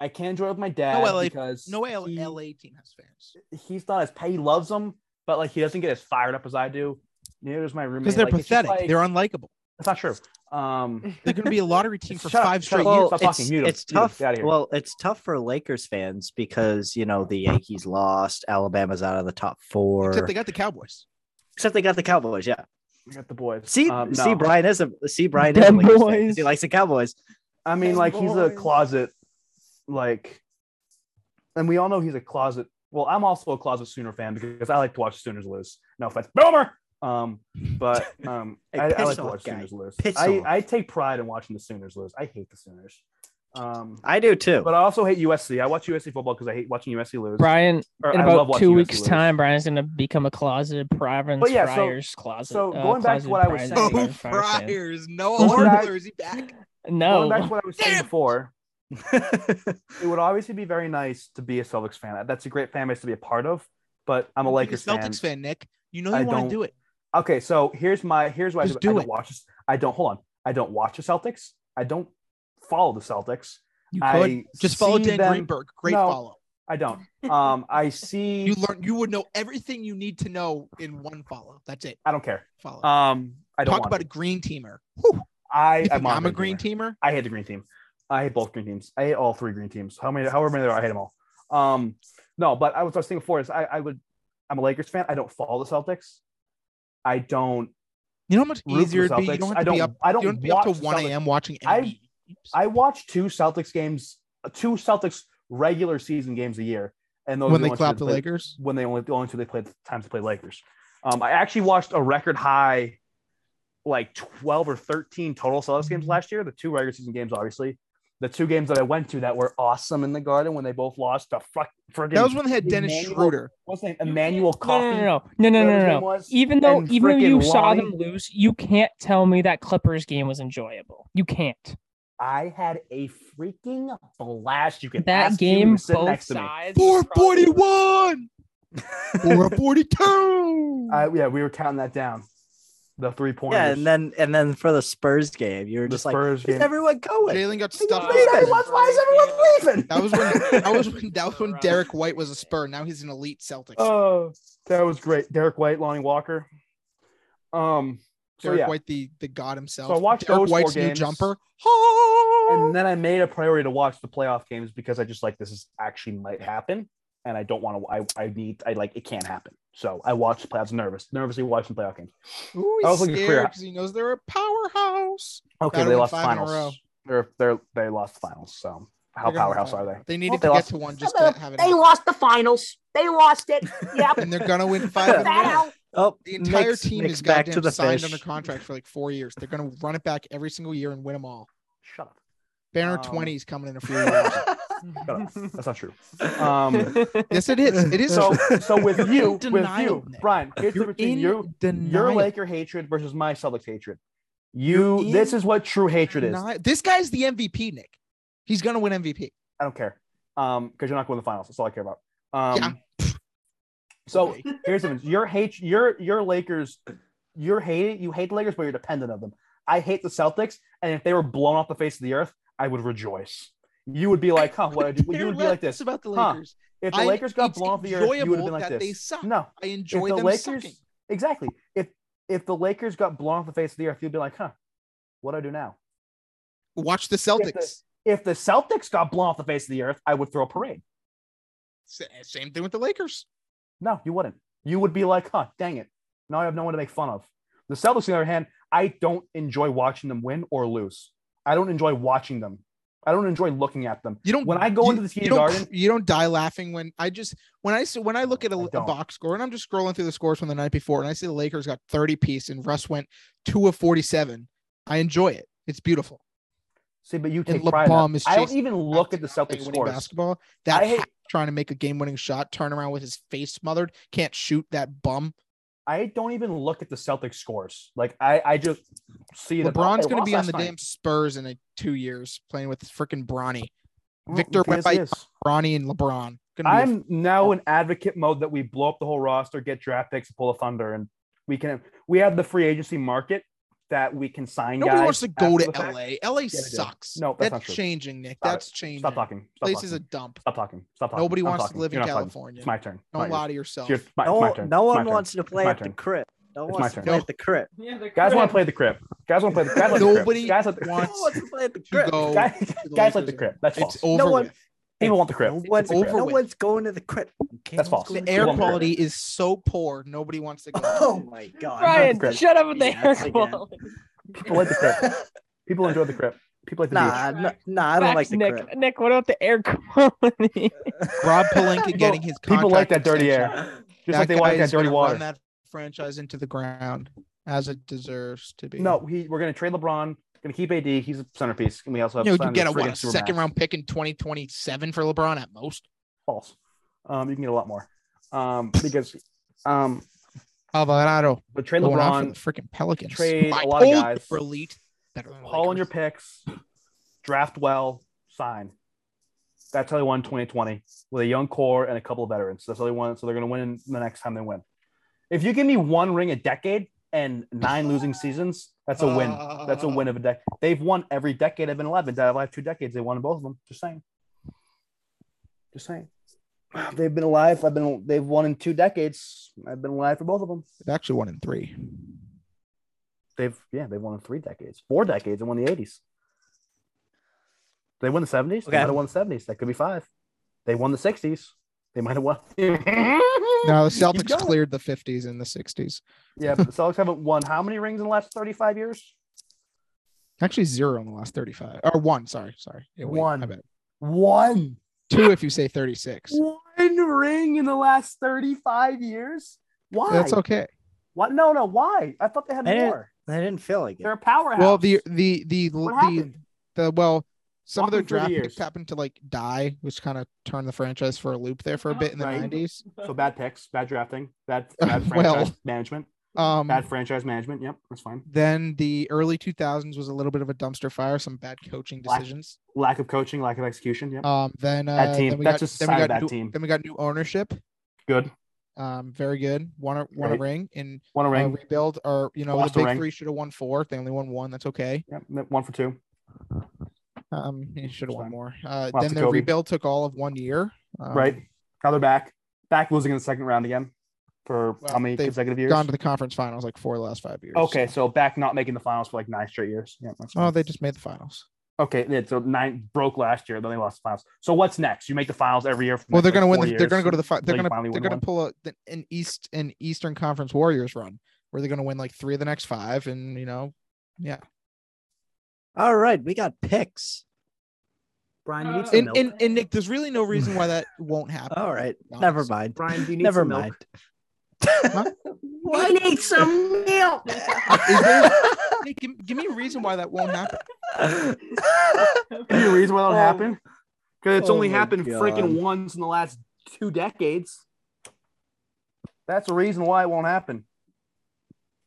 Speaker 4: I can't enjoy it with my dad
Speaker 2: LA
Speaker 4: because
Speaker 2: No way,
Speaker 4: he-
Speaker 2: LA team has fans.
Speaker 4: he's not as pa- he loves them, but like he doesn't get as fired up as I do. Neither does my roommate.
Speaker 2: because they're
Speaker 4: Like, it's just,
Speaker 2: pathetic.
Speaker 4: like-
Speaker 2: they're unlikable.
Speaker 4: It's not true. Um,
Speaker 2: They're going to be a lottery team for
Speaker 4: Shut up,
Speaker 2: five
Speaker 4: shut
Speaker 2: straight
Speaker 4: up.
Speaker 2: years.
Speaker 4: Stop
Speaker 3: it's,
Speaker 4: talking. Mute him.
Speaker 3: it's
Speaker 4: Mute him.
Speaker 3: tough.
Speaker 4: Get outta here.
Speaker 3: Well, it's tough for Lakers fans because you know the Yankees lost, Alabama's out of the top four.
Speaker 2: Except they got the Cowboys.
Speaker 3: Except they got the Cowboys. Yeah.
Speaker 4: we got the boys.
Speaker 3: See,
Speaker 4: Um,
Speaker 3: see,
Speaker 4: no.
Speaker 3: Brian is a see Brian is a
Speaker 1: Them
Speaker 3: Lakers fan 'cause
Speaker 1: boys.
Speaker 3: he likes the Cowboys.
Speaker 4: I mean, like he's a
Speaker 3: Boys.
Speaker 4: closet, like, and we all know he's a closet. Well, I'm also a closet Sooner fan because I like to watch Sooners lose. No offense, Boomer. Um, but um,
Speaker 3: Hey,
Speaker 4: I, I
Speaker 3: piss
Speaker 4: like to
Speaker 3: off,
Speaker 4: watch
Speaker 3: guy.
Speaker 4: Sooners lose.
Speaker 3: Piss
Speaker 4: I,
Speaker 3: off.
Speaker 4: I take pride in watching the Sooners lose. I hate the Sooners. Um,
Speaker 3: I do too.
Speaker 4: but I also hate USC. I watch USC football because I hate watching USC lose.
Speaker 1: Brian,
Speaker 4: Or
Speaker 1: in
Speaker 4: I love
Speaker 1: about
Speaker 4: watching
Speaker 1: two
Speaker 4: USC
Speaker 1: weeks'
Speaker 4: lose.
Speaker 1: time, Brian's gonna become a closeted Providence
Speaker 4: But yeah, so-
Speaker 1: Friars closet.
Speaker 4: so
Speaker 1: uh,
Speaker 4: going back to
Speaker 1: closeted
Speaker 4: what I was
Speaker 1: Providence
Speaker 4: saying- Oh,
Speaker 1: Providence Friars fan.
Speaker 2: Noah
Speaker 4: Going back-
Speaker 2: Or is he back?
Speaker 4: Going back
Speaker 1: No,
Speaker 4: to what I was saying
Speaker 2: Damn.
Speaker 4: before, it would obviously be very nice to be a Celtics fan. That's a great fan base to be a part of. But I'm a
Speaker 2: Like a
Speaker 4: Lakers fan.
Speaker 2: Celtics fan, Nick. You know
Speaker 4: I
Speaker 2: you want
Speaker 4: don't-
Speaker 2: to do it.
Speaker 4: Okay, so here's my here's why I, do,
Speaker 2: Just
Speaker 4: I
Speaker 2: do
Speaker 4: don't
Speaker 2: it.
Speaker 4: watch. this- I don't hold on. I don't watch the Celtics. I don't follow the Celtics.
Speaker 2: You could
Speaker 4: I
Speaker 2: just follow
Speaker 4: see
Speaker 2: Dan
Speaker 4: them-
Speaker 2: Greenberg. Great
Speaker 4: No.
Speaker 2: follow.
Speaker 4: I don't. Um, I see.
Speaker 2: You learn. You would know everything you need to know in one follow. That's it.
Speaker 4: I don't care.
Speaker 2: Follow.
Speaker 4: Um, I don't
Speaker 2: Talk about a green teamer. Whew. You
Speaker 4: I
Speaker 2: think
Speaker 4: am
Speaker 2: I'm a green teamer.
Speaker 4: I hate the green team. I hate both green teams. I hate all three green teams. How many? However many there are, I hate them all. Um, no, but I was, I was thinking before is I, I would. I'm a Lakers fan. I don't follow the Celtics. I don't
Speaker 2: You know how much
Speaker 4: root
Speaker 2: easier
Speaker 4: for
Speaker 2: it'd
Speaker 4: the Celtics.
Speaker 2: be. You don't
Speaker 4: I
Speaker 2: have to
Speaker 4: don't.
Speaker 2: be up.
Speaker 4: I
Speaker 2: You
Speaker 4: don't
Speaker 2: don't have to be up to
Speaker 4: watch the
Speaker 2: one
Speaker 4: Celtics.
Speaker 2: a.m. watching.
Speaker 4: I-
Speaker 2: NBA.
Speaker 4: I watch two Celtics games, two Celtics regular season games a year, and those are
Speaker 2: when they
Speaker 4: ones
Speaker 2: clap
Speaker 4: that
Speaker 2: the
Speaker 4: play-
Speaker 2: Lakers.
Speaker 4: When they only the only two they played times they played Lakers. Um, I actually watched a record high, like twelve or thirteen total Celtics games last year. The two regular season games, obviously, the two games that I went to that were awesome in the Garden when they both lost to fuck friggin'
Speaker 2: That was when they had Dennis
Speaker 4: Emmanuel-
Speaker 2: Schroeder.
Speaker 4: what's his name Emmanuel
Speaker 1: no,
Speaker 4: Coffee.
Speaker 1: no, no, no, no, no,
Speaker 4: whatever
Speaker 1: no,
Speaker 4: his
Speaker 1: no,
Speaker 4: name was.
Speaker 1: Even though,
Speaker 4: And
Speaker 1: even though
Speaker 4: frickin'
Speaker 1: you saw
Speaker 4: Lonnie.
Speaker 1: them lose, you can't tell me that Clippers game was enjoyable. You can't.
Speaker 4: I had a freaking blast. You can
Speaker 1: That
Speaker 4: ask him
Speaker 1: game,
Speaker 4: to sit
Speaker 1: both
Speaker 4: next to me.
Speaker 1: sides.
Speaker 2: Four
Speaker 1: probably-
Speaker 2: forty-one. Four forty-two.
Speaker 4: I, yeah, we were counting that down. The three pointers.
Speaker 3: yeah, and then and then for the Spurs game, you were
Speaker 4: the
Speaker 3: just like,
Speaker 4: Spurs
Speaker 3: "Where's
Speaker 4: game.
Speaker 3: everyone going?"
Speaker 2: Jalen got
Speaker 1: Stop
Speaker 2: stuffed.
Speaker 1: it.
Speaker 4: Why is everyone leaving?
Speaker 2: That was when that was when that was when
Speaker 1: Right.
Speaker 2: Derek White was a Spur. Now he's an elite Celtics.
Speaker 4: Oh, that was great. Derek White, Lonnie Walker. Um, so
Speaker 2: Derek
Speaker 4: yeah,
Speaker 2: White, the the god himself.
Speaker 4: So I watched
Speaker 2: Derek
Speaker 4: those four
Speaker 2: White's new
Speaker 4: games.
Speaker 2: jumper.
Speaker 4: and then I made a priority to watch the playoff games because I just like this is actually might happen, and I don't want to. I, I need. I like it can't happen. So I watched the playoffs. Nervous, nervously watching playoff games.
Speaker 2: Ooh,
Speaker 4: I
Speaker 2: he's
Speaker 4: was looking
Speaker 2: scared
Speaker 4: clear.
Speaker 2: because he knows they're a powerhouse.
Speaker 4: Okay,
Speaker 2: Gotta
Speaker 4: they
Speaker 2: win
Speaker 4: lost
Speaker 2: five in a row.
Speaker 4: finals. They're they're they lost the finals. So how
Speaker 2: They're gonna win
Speaker 4: powerhouse
Speaker 2: five
Speaker 4: are
Speaker 2: in a
Speaker 4: they?
Speaker 2: row. They need
Speaker 4: Well,
Speaker 2: to
Speaker 4: they
Speaker 2: get
Speaker 4: lost-
Speaker 2: to one just to have it.
Speaker 5: They
Speaker 2: out.
Speaker 5: lost the finals. They lost it. Yep.
Speaker 2: And they're gonna win five. in a row.
Speaker 5: Now,
Speaker 3: Oh,
Speaker 2: The entire
Speaker 3: Knicks-
Speaker 2: team
Speaker 3: Knicks
Speaker 2: is
Speaker 3: back
Speaker 2: goddamn
Speaker 3: to the
Speaker 2: signed
Speaker 3: fish.
Speaker 2: under contract for like four years. They're gonna run it back every single year and win them all.
Speaker 4: Shut up.
Speaker 2: Banner
Speaker 4: Um,
Speaker 2: twenty is coming in a few years.
Speaker 4: Shut up. That's not true. Um,
Speaker 2: yes, it is. It is.
Speaker 4: so so with
Speaker 2: You're
Speaker 4: you
Speaker 2: in
Speaker 4: with
Speaker 2: denial,
Speaker 4: you,
Speaker 2: Nick.
Speaker 4: Brian. Here's the
Speaker 2: You're
Speaker 4: difference between
Speaker 2: in
Speaker 4: you your
Speaker 2: denial.
Speaker 4: Laker hatred versus my Celtics hatred. You,
Speaker 2: You're
Speaker 4: this
Speaker 2: in
Speaker 4: is what true hatred is.
Speaker 2: Denial. This guy's the MVP, Nick. He's gonna win MVP.
Speaker 4: I don't care, um, because you're not going to the finals. That's all I care about. Um, So
Speaker 2: Okay.
Speaker 4: here's the difference. Your hate, your your Lakers, you're hated. You hate the Lakers, but you're dependent of them. I hate the Celtics, and if they were blown off the face of the earth, I would rejoice. You would be like, huh? What I do? Oh, You
Speaker 2: They're
Speaker 4: would be like
Speaker 2: left
Speaker 4: this.
Speaker 2: about the
Speaker 4: Huh.
Speaker 2: Lakers.
Speaker 4: If the
Speaker 2: I-
Speaker 4: Lakers got
Speaker 2: it's
Speaker 4: blown off the earth, you would have
Speaker 2: enjoyable
Speaker 4: been like
Speaker 2: that They
Speaker 4: this.
Speaker 2: suck.
Speaker 4: No,
Speaker 2: I enjoy
Speaker 4: if the
Speaker 2: them
Speaker 4: Lakers
Speaker 2: sucking.
Speaker 4: exactly. If if the Lakers got blown off the face of the earth, you'd be like, huh? What do I do now?
Speaker 2: Watch the Celtics.
Speaker 4: If the Celtics got blown off the face of the earth, I would throw a parade.
Speaker 2: Sa- Same thing with the Lakers.
Speaker 4: No, you wouldn't. You would be like, huh, dang it. Now I have no one to make fun of. The Celtics, on the other hand, I don't enjoy watching them win or lose. I don't enjoy watching them. I don't enjoy looking at them.
Speaker 2: You don't.
Speaker 4: When I go
Speaker 2: you-
Speaker 4: into the TD
Speaker 2: you don't,
Speaker 4: Garden-
Speaker 2: you don't die laughing when I just when I s- when I look at a,
Speaker 4: I
Speaker 2: a
Speaker 4: don't.
Speaker 2: box score and I'm just scrolling through the scores from the night before and I see the Lakers got 30 piece and Russ went two of 47. I enjoy it. It's beautiful.
Speaker 4: See, but you
Speaker 2: And
Speaker 4: take pride. in
Speaker 2: LeBron
Speaker 4: that.
Speaker 2: is
Speaker 4: I don't
Speaker 2: chasing
Speaker 4: even look at the
Speaker 2: Playing
Speaker 4: Celtics
Speaker 2: winning
Speaker 4: scores.
Speaker 2: basketball. That
Speaker 4: I hate.
Speaker 2: hack trying to make a game winning shot, turn around with his face smothered, can't shoot that bum.
Speaker 4: I don't even look at the Celtics scores. Like I, I just see that
Speaker 2: LeBron's
Speaker 4: oh, they
Speaker 2: going to be on
Speaker 4: lost
Speaker 2: the
Speaker 4: last
Speaker 2: damn Spurs in like two years playing with freaking Bronny,
Speaker 4: night.
Speaker 2: Victor
Speaker 4: Yes,
Speaker 2: Wembanyama.
Speaker 4: it is.
Speaker 2: Bronny and LeBron. Gonna be a
Speaker 4: I'm now in advocate mode that we blow up the whole roster, get draft picks, pull a thunder, and we can. We have the free agency market that we can sign
Speaker 2: Nobody
Speaker 4: guys
Speaker 2: wants to go
Speaker 4: after
Speaker 2: to
Speaker 4: the fact.
Speaker 2: LA. LA
Speaker 4: they do.
Speaker 2: sucks.
Speaker 4: No, that's
Speaker 2: that's,
Speaker 4: not true.
Speaker 2: changing, Nick.
Speaker 4: Stop
Speaker 2: that's changing.
Speaker 4: Stop talking. Stop
Speaker 2: Place
Speaker 4: talking.
Speaker 2: is a dump.
Speaker 4: Stop talking. Stop talking.
Speaker 2: Nobody
Speaker 4: I'm
Speaker 2: wants
Speaker 4: talking.
Speaker 2: to live
Speaker 4: You're
Speaker 2: in
Speaker 4: not talking.
Speaker 2: California.
Speaker 4: It's my turn. It's
Speaker 2: Don't
Speaker 4: my-
Speaker 2: lie to
Speaker 4: it's
Speaker 2: yourself.
Speaker 4: your- my- it's my
Speaker 3: No, no
Speaker 4: turn. It's my
Speaker 3: one
Speaker 4: turn.
Speaker 3: wants to play
Speaker 4: my
Speaker 3: at the
Speaker 4: turn.
Speaker 3: crib. No one
Speaker 4: It's
Speaker 3: wants
Speaker 4: my
Speaker 3: to
Speaker 4: turn.
Speaker 3: play at the crib.
Speaker 4: Guys want to play the crib. Guys want to play. The, guys like
Speaker 2: Nobody
Speaker 4: the crib. Guys like the,
Speaker 3: No one
Speaker 2: wants
Speaker 3: wants to play at the
Speaker 2: to
Speaker 3: crib.
Speaker 2: go.
Speaker 4: guys,
Speaker 2: to the
Speaker 4: guys like the
Speaker 2: Lakers.
Speaker 4: crib. That's false.
Speaker 2: It's over
Speaker 3: No one-
Speaker 2: with.
Speaker 4: People want the crib.
Speaker 3: No one's,
Speaker 2: over
Speaker 3: no
Speaker 2: with.
Speaker 3: one's going to the crib. Okay,
Speaker 4: That's
Speaker 3: no one's
Speaker 4: false.
Speaker 3: going
Speaker 2: The
Speaker 3: to
Speaker 2: air
Speaker 4: People want
Speaker 2: quality is so poor. Nobody wants to go.
Speaker 3: Oh my god.
Speaker 1: Brian,
Speaker 4: Chris.
Speaker 1: shut up with the
Speaker 3: Yeah,
Speaker 1: air
Speaker 3: again.
Speaker 1: quality.
Speaker 4: People like the crib. People enjoy the crib. People like the
Speaker 3: Nah,
Speaker 1: beach.
Speaker 3: n- nah, I don't like
Speaker 1: Facts,
Speaker 3: the
Speaker 1: Nick.
Speaker 3: crib.
Speaker 1: Nick, what about the air quality?
Speaker 2: Rob Palenka getting his
Speaker 4: people
Speaker 2: contract
Speaker 4: like that dirty air.
Speaker 2: extension.
Speaker 4: beach. Just like they want
Speaker 2: guy
Speaker 4: that
Speaker 2: is
Speaker 4: dirty
Speaker 2: gonna
Speaker 4: water.
Speaker 2: Run that franchise into the ground as it deserves to be.
Speaker 4: No, he, we're gonna trade LeBron. Gonna keep AD. He's a centerpiece, and we also have.
Speaker 2: you, know, you
Speaker 4: signed
Speaker 2: get a
Speaker 4: friggin'
Speaker 2: what, a
Speaker 4: Supermax.
Speaker 2: second round pick in 2027 for LeBron at most.
Speaker 4: False. Um, you can get a lot more. Um, because um,
Speaker 2: Alvarado
Speaker 4: but trade
Speaker 2: going out
Speaker 4: LeBron,
Speaker 2: for the freaking Pelicans.
Speaker 4: trade
Speaker 2: I
Speaker 4: a lot of
Speaker 2: told you
Speaker 4: guys.
Speaker 2: for elite. Better than the
Speaker 4: haul in your
Speaker 2: Lakers.
Speaker 4: picks, draft well, sign. That's how they won 2020 with a young core and a couple of veterans. That's how they won. So they're going to win the next time they win. If you give me one ring a decade and nine losing seasons, that's a win.
Speaker 2: Uh,
Speaker 4: That's a win of a decade. They've won every decade. I've been 11. I've lived two decades. They won both of them. Just saying. Just saying. They've been alive. I've been. They've won in two decades. I've been alive for both of them.
Speaker 2: They've actually one in three.
Speaker 4: They've yeah. They've won in three decades, four decades, and won the 80s. They won the 70s. They
Speaker 3: Okay.
Speaker 4: might have won the 70s. That could be five. They won the 60s. They might have won.
Speaker 2: No, the
Speaker 4: Keep
Speaker 2: Celtics
Speaker 4: going.
Speaker 2: cleared the 50s and the 60s.
Speaker 4: Yeah, but the Celtics haven't won how many rings in the last 35 years?
Speaker 2: Actually, zero in the last 35 or one. Sorry, sorry. Yeah, wait,
Speaker 4: One.
Speaker 2: my bad.
Speaker 4: One.
Speaker 2: Two if you say 36.
Speaker 4: One ring in the last 35 years? Why?
Speaker 2: That's okay.
Speaker 4: What? No, no. Why? I thought they had
Speaker 3: I didn't-
Speaker 4: more.
Speaker 3: I didn't feel like it.
Speaker 4: They're a powerhouse.
Speaker 2: Well, the the the
Speaker 4: what
Speaker 2: the,
Speaker 4: happened?
Speaker 2: the well, some
Speaker 4: Walk
Speaker 2: of their
Speaker 4: me through the
Speaker 2: draft
Speaker 4: years.
Speaker 2: picks happened to like die, which kind of turned the franchise for a loop there for a bit in the
Speaker 4: Right.
Speaker 2: 90s.
Speaker 4: So bad picks, bad drafting, bad, bad franchise
Speaker 2: Well.
Speaker 4: management,
Speaker 2: Um,
Speaker 4: bad franchise management. Yep, that's fine.
Speaker 2: then the early 2000s was a little bit of a dumpster fire, some bad coaching
Speaker 4: Lack-
Speaker 2: decisions.
Speaker 4: Lack of coaching, lack of execution. Yep,
Speaker 2: Um, then uh,
Speaker 4: Bad team.
Speaker 2: Then we
Speaker 4: That's
Speaker 2: got,
Speaker 4: just a
Speaker 2: then we
Speaker 4: sign of
Speaker 2: got
Speaker 4: bad
Speaker 2: new,
Speaker 4: team.
Speaker 2: Then we got new ownership.
Speaker 4: good.
Speaker 2: Um, very good. Won a won
Speaker 4: Right.
Speaker 2: a ring in
Speaker 4: One a
Speaker 2: uh,
Speaker 4: ring.
Speaker 2: rebuild, or you know,
Speaker 4: Lost a
Speaker 2: the big
Speaker 4: ring.
Speaker 2: three should have won four. They only won one. That's okay.
Speaker 4: Yep, one for two.
Speaker 2: Um, you should have won
Speaker 4: Fine.
Speaker 2: more. Uh,
Speaker 4: Lost
Speaker 2: then
Speaker 4: to
Speaker 2: the
Speaker 4: Kobe.
Speaker 2: rebuild took all of one year. Um,
Speaker 4: right now they're back, back losing in the second round again for
Speaker 2: Well,
Speaker 4: how many
Speaker 2: they've
Speaker 4: consecutive years?
Speaker 2: Gone to the conference finals like four of the last five years.
Speaker 4: okay, so back not making the finals for like nine straight years. Yeah. That's
Speaker 2: Oh,
Speaker 4: fine.
Speaker 2: they just made the finals.
Speaker 4: okay. yeah, so nine broke last year, then they lost the finals. So what's next? You make the finals every year. For the
Speaker 2: Well, they're
Speaker 4: next,
Speaker 2: going to
Speaker 4: like,
Speaker 2: win.
Speaker 4: four
Speaker 2: The, they're
Speaker 4: years
Speaker 2: going to go to the. Fi-
Speaker 4: until
Speaker 2: they're
Speaker 4: you
Speaker 2: going
Speaker 4: finally
Speaker 2: to. They're
Speaker 4: win
Speaker 2: going
Speaker 4: one.
Speaker 2: to pull a, the- an East an Eastern Conference Warriors run where they're going to win like three of the next five, and you know,
Speaker 3: All right, we got picks.
Speaker 5: Brian, you need some
Speaker 2: and,
Speaker 5: milk.
Speaker 2: and, and Nick, there's really no reason why that won't happen.
Speaker 3: Oh, All right,
Speaker 2: Nice.
Speaker 3: never mind.
Speaker 5: Brian, do you need
Speaker 3: Never
Speaker 5: some
Speaker 3: mind.
Speaker 5: milk? I need some milk.
Speaker 2: Is there, Nick, give, give me a reason why that won't happen.
Speaker 4: Any reason why that
Speaker 3: Oh.
Speaker 4: happened? Because it's
Speaker 3: Oh
Speaker 4: only
Speaker 3: my
Speaker 4: happened freaking
Speaker 3: God.
Speaker 4: once in the last two decades. That's the reason why it won't happen.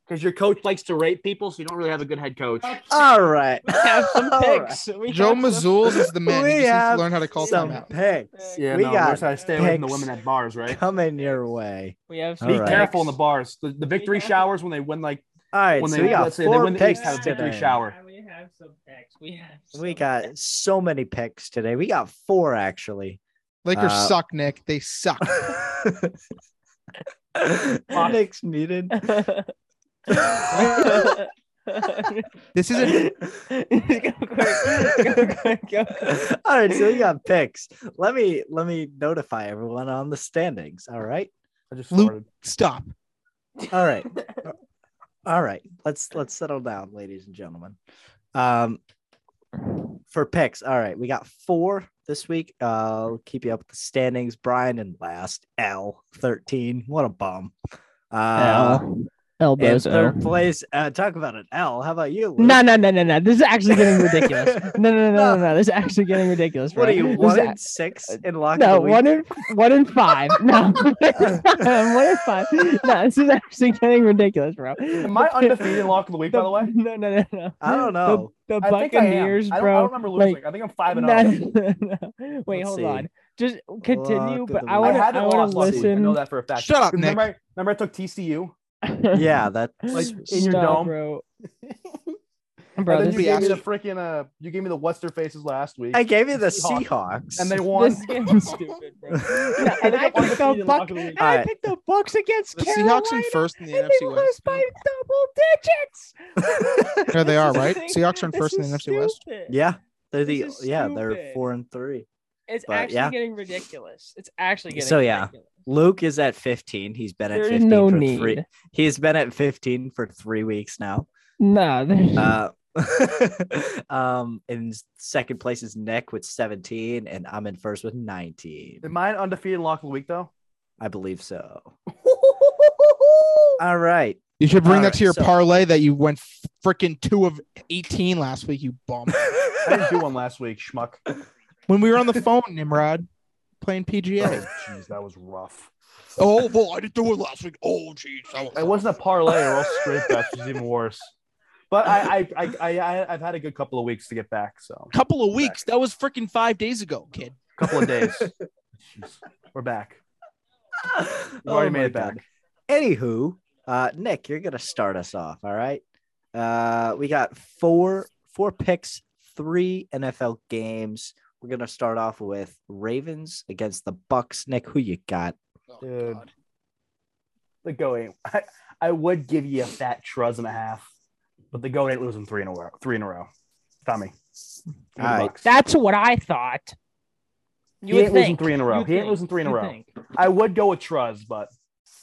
Speaker 4: Because your coach likes to rate people, so you don't really have a good head coach.
Speaker 3: All right.
Speaker 1: We have some
Speaker 3: All right.
Speaker 1: picks. We
Speaker 2: Joe
Speaker 1: have some-
Speaker 2: Mazzuls is the man.
Speaker 3: We
Speaker 2: He just needs
Speaker 3: have
Speaker 2: to learn how to call
Speaker 3: Some
Speaker 2: timeout.
Speaker 3: picks
Speaker 4: Yeah,
Speaker 3: We
Speaker 4: no,
Speaker 3: got
Speaker 4: we're trying to stay away from the
Speaker 3: picks.
Speaker 4: women at bars, right?
Speaker 3: coming your way.
Speaker 1: We have some
Speaker 3: All
Speaker 4: Be
Speaker 3: right.
Speaker 4: careful in the
Speaker 1: picks.
Speaker 4: bars. The, the victory showers when they win, like
Speaker 3: All right,
Speaker 4: when
Speaker 3: so
Speaker 4: they
Speaker 3: we got
Speaker 4: let's say they
Speaker 3: four
Speaker 4: win the
Speaker 3: picks
Speaker 4: East, have a victory
Speaker 3: today.
Speaker 4: shower.
Speaker 1: We have some picks. We have.
Speaker 3: We got so many picks today. We got four actually.
Speaker 2: Lakers
Speaker 3: Uh,
Speaker 2: suck, Nick. They suck.
Speaker 3: Next needed.
Speaker 2: This isn't.
Speaker 1: go quick. Go quick. Go quick.
Speaker 3: All right, so we got picks. Let me let me notify everyone on the standings. All right.
Speaker 4: I just
Speaker 2: Luke-
Speaker 4: started.
Speaker 2: Stop.
Speaker 3: All right. Uh, All right. Let's let's settle down, ladies and gentlemen. Um for picks. All right, we got four this week. Uh, I'll keep you up with the standings. Brian and last L thirteen. What a bum. Uh, in
Speaker 1: Elbows.
Speaker 3: third place. Uh, talk about an L. How about you? Luke?
Speaker 1: No, no, no, no, no. This is actually getting ridiculous. No, no, no, no, no, no. This is actually getting ridiculous.
Speaker 3: What are
Speaker 1: bro.
Speaker 3: you
Speaker 1: This is
Speaker 3: one
Speaker 1: a-
Speaker 3: in six in lock?
Speaker 1: no,
Speaker 3: of the week?
Speaker 1: one in one in five. No, one in five. No, this is actually getting ridiculous, bro.
Speaker 4: Am I undefeated in lock of the week, by the way?
Speaker 1: No, no, no, no.
Speaker 3: I don't know.
Speaker 1: The, the
Speaker 4: I think I am.
Speaker 1: Buccaneers,
Speaker 4: I don't, I
Speaker 1: bro.
Speaker 4: don't remember losing.
Speaker 1: like,
Speaker 4: I think I'm five and
Speaker 1: No,
Speaker 4: zero.
Speaker 1: no, no. Wait,
Speaker 3: Let's
Speaker 1: hold
Speaker 3: see.
Speaker 1: on. Just continue,
Speaker 3: of
Speaker 1: but
Speaker 3: the
Speaker 1: I
Speaker 3: week.
Speaker 1: want
Speaker 4: I
Speaker 1: to.
Speaker 4: haven't
Speaker 1: I want
Speaker 4: lost
Speaker 1: to
Speaker 4: last week. I know
Speaker 1: listen.
Speaker 4: that for a fact.
Speaker 2: Shut up, Nick.
Speaker 4: Remember, I, remember I took TCU.
Speaker 3: yeah, that
Speaker 4: Like, in your
Speaker 1: No,
Speaker 4: dome.
Speaker 1: bro. Bro,
Speaker 4: and
Speaker 1: this,
Speaker 4: then you gave me the
Speaker 2: Bastard.
Speaker 4: freaking uh, you gave me the what's their faces last week,
Speaker 3: I gave you the
Speaker 4: Seahawks.
Speaker 3: Seahawks.
Speaker 4: and they won.
Speaker 1: this is getting stupid, bro. Yeah, and
Speaker 4: They
Speaker 1: I
Speaker 4: got
Speaker 1: picked the
Speaker 4: undefeated
Speaker 1: Buck.
Speaker 4: locker
Speaker 1: And
Speaker 4: room.
Speaker 1: I
Speaker 3: Alright.
Speaker 1: picked the Bucks against
Speaker 2: The
Speaker 1: Carolina,
Speaker 2: Seahawks in first in the
Speaker 1: and they
Speaker 2: NFC
Speaker 1: lost
Speaker 2: West.
Speaker 1: by double digits.
Speaker 2: Yeah, they
Speaker 1: This
Speaker 2: are
Speaker 1: is
Speaker 2: right.
Speaker 1: thing-
Speaker 2: Seahawks are in
Speaker 1: this
Speaker 2: first in the
Speaker 1: is
Speaker 2: NFC West.
Speaker 1: stupid.
Speaker 3: yeah, they're the
Speaker 1: This is
Speaker 3: yeah
Speaker 1: stupid.
Speaker 3: they're four and three.
Speaker 1: It's
Speaker 3: But,
Speaker 1: actually
Speaker 3: yeah.
Speaker 1: getting ridiculous. It's actually getting
Speaker 3: So, yeah.
Speaker 1: ridiculous.
Speaker 3: Luke is at fifteen. He's been at
Speaker 1: There's
Speaker 3: fifteen
Speaker 1: no
Speaker 3: for
Speaker 1: need.
Speaker 3: three. He's been at fifteen for three weeks now.
Speaker 1: Nah, there's
Speaker 3: Uh, um, in second place is Nick with seventeen, and I'm in first with nineteen.
Speaker 4: Am I an undefeated lock of the week though?
Speaker 3: I believe so. All right.
Speaker 2: You should bring that
Speaker 3: Alright,
Speaker 2: to your
Speaker 3: so-
Speaker 2: parlay that you went freaking two of eighteen last week. You bum.
Speaker 4: I didn't do one last week, schmuck.
Speaker 2: when we were on the phone, Nimrod, playing PGA.
Speaker 4: Oh, jeez, that was rough.
Speaker 2: oh, boy, I didn't do it last week. Oh, jeez. that was
Speaker 4: It
Speaker 2: rough.
Speaker 4: wasn't a parlay or else straight bets, which is even worse. But I, I, I, I, I, I've had a good couple of weeks to get back, so
Speaker 2: couple of weeks. That was freaking five days ago, kid.
Speaker 4: a couple of days. Jeez. We're back. We've already made it back.
Speaker 3: Oh, Anywho, uh, Nick, you're gonna start us off. All right. Uh, we got four four picks, three NFL games. We're gonna start off with Ravens against the Bucks. Nick, who you got?
Speaker 4: Dude. The go ain't. I, I would give you a fat truz and a half, but the go ain't losing three in a row. Three in a row. Tommy. give me the
Speaker 3: All right.
Speaker 4: Bucks.
Speaker 1: that's what I thought.
Speaker 4: He ain't losing three in a row.
Speaker 1: You'd
Speaker 4: He ain't
Speaker 1: think.
Speaker 4: losing three in a
Speaker 1: You'd
Speaker 4: row.
Speaker 1: think.
Speaker 4: I would go with truz, but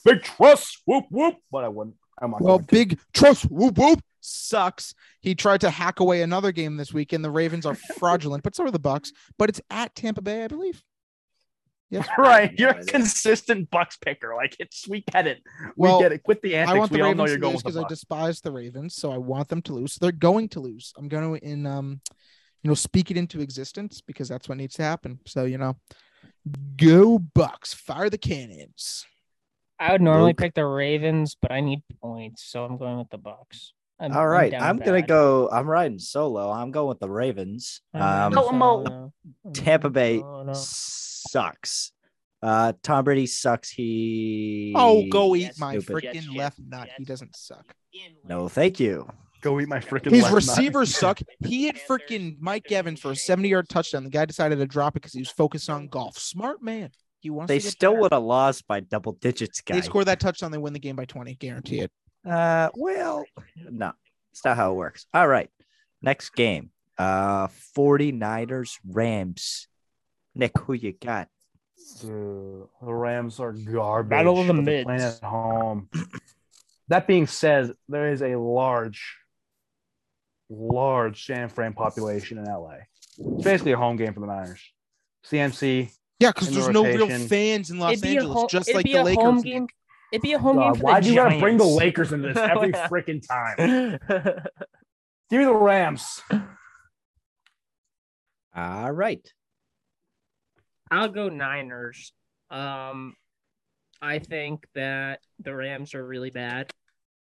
Speaker 4: big trust. Whoop whoop. But I wouldn't. I'm not
Speaker 2: Well,
Speaker 4: going to.
Speaker 2: big trust. Whoop whoop. Sucks. He tried to hack away another game this weekend. The Ravens are fraudulent, but so are the Bucks. But it's at Tampa Bay, I believe.
Speaker 4: Right,
Speaker 3: No
Speaker 4: you're a
Speaker 3: idea.
Speaker 4: consistent Bucks picker. Like it's we get it. We
Speaker 2: Well,
Speaker 4: get it. Quit the antics.
Speaker 2: I want the
Speaker 4: we all know
Speaker 2: Ravens
Speaker 4: you're
Speaker 2: to
Speaker 4: going
Speaker 2: lose
Speaker 4: with the
Speaker 2: because I
Speaker 4: Bucks.
Speaker 2: despise the Ravens, so I want them to lose. So they're going to lose. I'm going to in um, you know, speak it into existence because that's what needs to happen. So you know, go Bucks, fire the cannons.
Speaker 1: I would normally
Speaker 3: Luke.
Speaker 1: pick the Ravens, but I need points, so I'm going with the Bucks. I'm,
Speaker 3: All right,
Speaker 1: down
Speaker 3: I'm gonna
Speaker 1: bad.
Speaker 3: go. I'm riding solo. I'm going with the Ravens.
Speaker 1: I'm
Speaker 3: Um,
Speaker 1: down
Speaker 4: Mo.
Speaker 1: solo. Oh, I'm
Speaker 3: Tampa Bay
Speaker 1: down solo.
Speaker 3: sucks. Uh, Tom Brady sucks. He
Speaker 2: Oh, go eat
Speaker 1: Yes,
Speaker 2: my
Speaker 3: stupid.
Speaker 2: freaking
Speaker 1: Yes, yes,
Speaker 2: left nut. He
Speaker 1: yes.
Speaker 2: doesn't suck.
Speaker 3: No, thank you.
Speaker 4: Go eat my freaking.
Speaker 2: His
Speaker 4: left nut.
Speaker 2: receivers suck. He had freaking Mike Evans for a 70 yard touchdown. The guy decided to drop it because he was focused on golf. Smart man. He wants.
Speaker 3: They
Speaker 2: to get
Speaker 3: still
Speaker 2: better.
Speaker 3: would have lost by double digits,
Speaker 2: They
Speaker 3: guys.
Speaker 2: score that touchdown. They win the game by 20. Guarantee it.
Speaker 3: Uh, well, no, it's not how it works. All right, next game. Uh, 49ers Rams. Nick, who you got?
Speaker 4: Dude, the Rams are garbage.
Speaker 1: Battle of the
Speaker 4: but they're
Speaker 1: mids.
Speaker 4: Playing at home. that being said, there is a large, large San Fran population in LA. It's basically a home game for the Niners. CMC.
Speaker 2: Yeah, because
Speaker 4: In
Speaker 2: there's
Speaker 4: the
Speaker 2: no real
Speaker 4: rotation.
Speaker 2: fans in Los
Speaker 1: It'd be a
Speaker 2: Angeles,
Speaker 1: home-
Speaker 2: just
Speaker 1: it'd
Speaker 2: like
Speaker 1: be
Speaker 2: the
Speaker 1: a
Speaker 2: Lakers.
Speaker 1: Home game. It'd be a home game
Speaker 4: God,
Speaker 1: for
Speaker 4: why
Speaker 1: the
Speaker 4: do uh, you gotta bring the
Speaker 1: Giants.
Speaker 4: Lakers into this every freaking time?
Speaker 1: Lakers?
Speaker 4: Give me the Rams.
Speaker 3: All right.
Speaker 1: I'll go Niners. Um, I think that the Rams are really bad.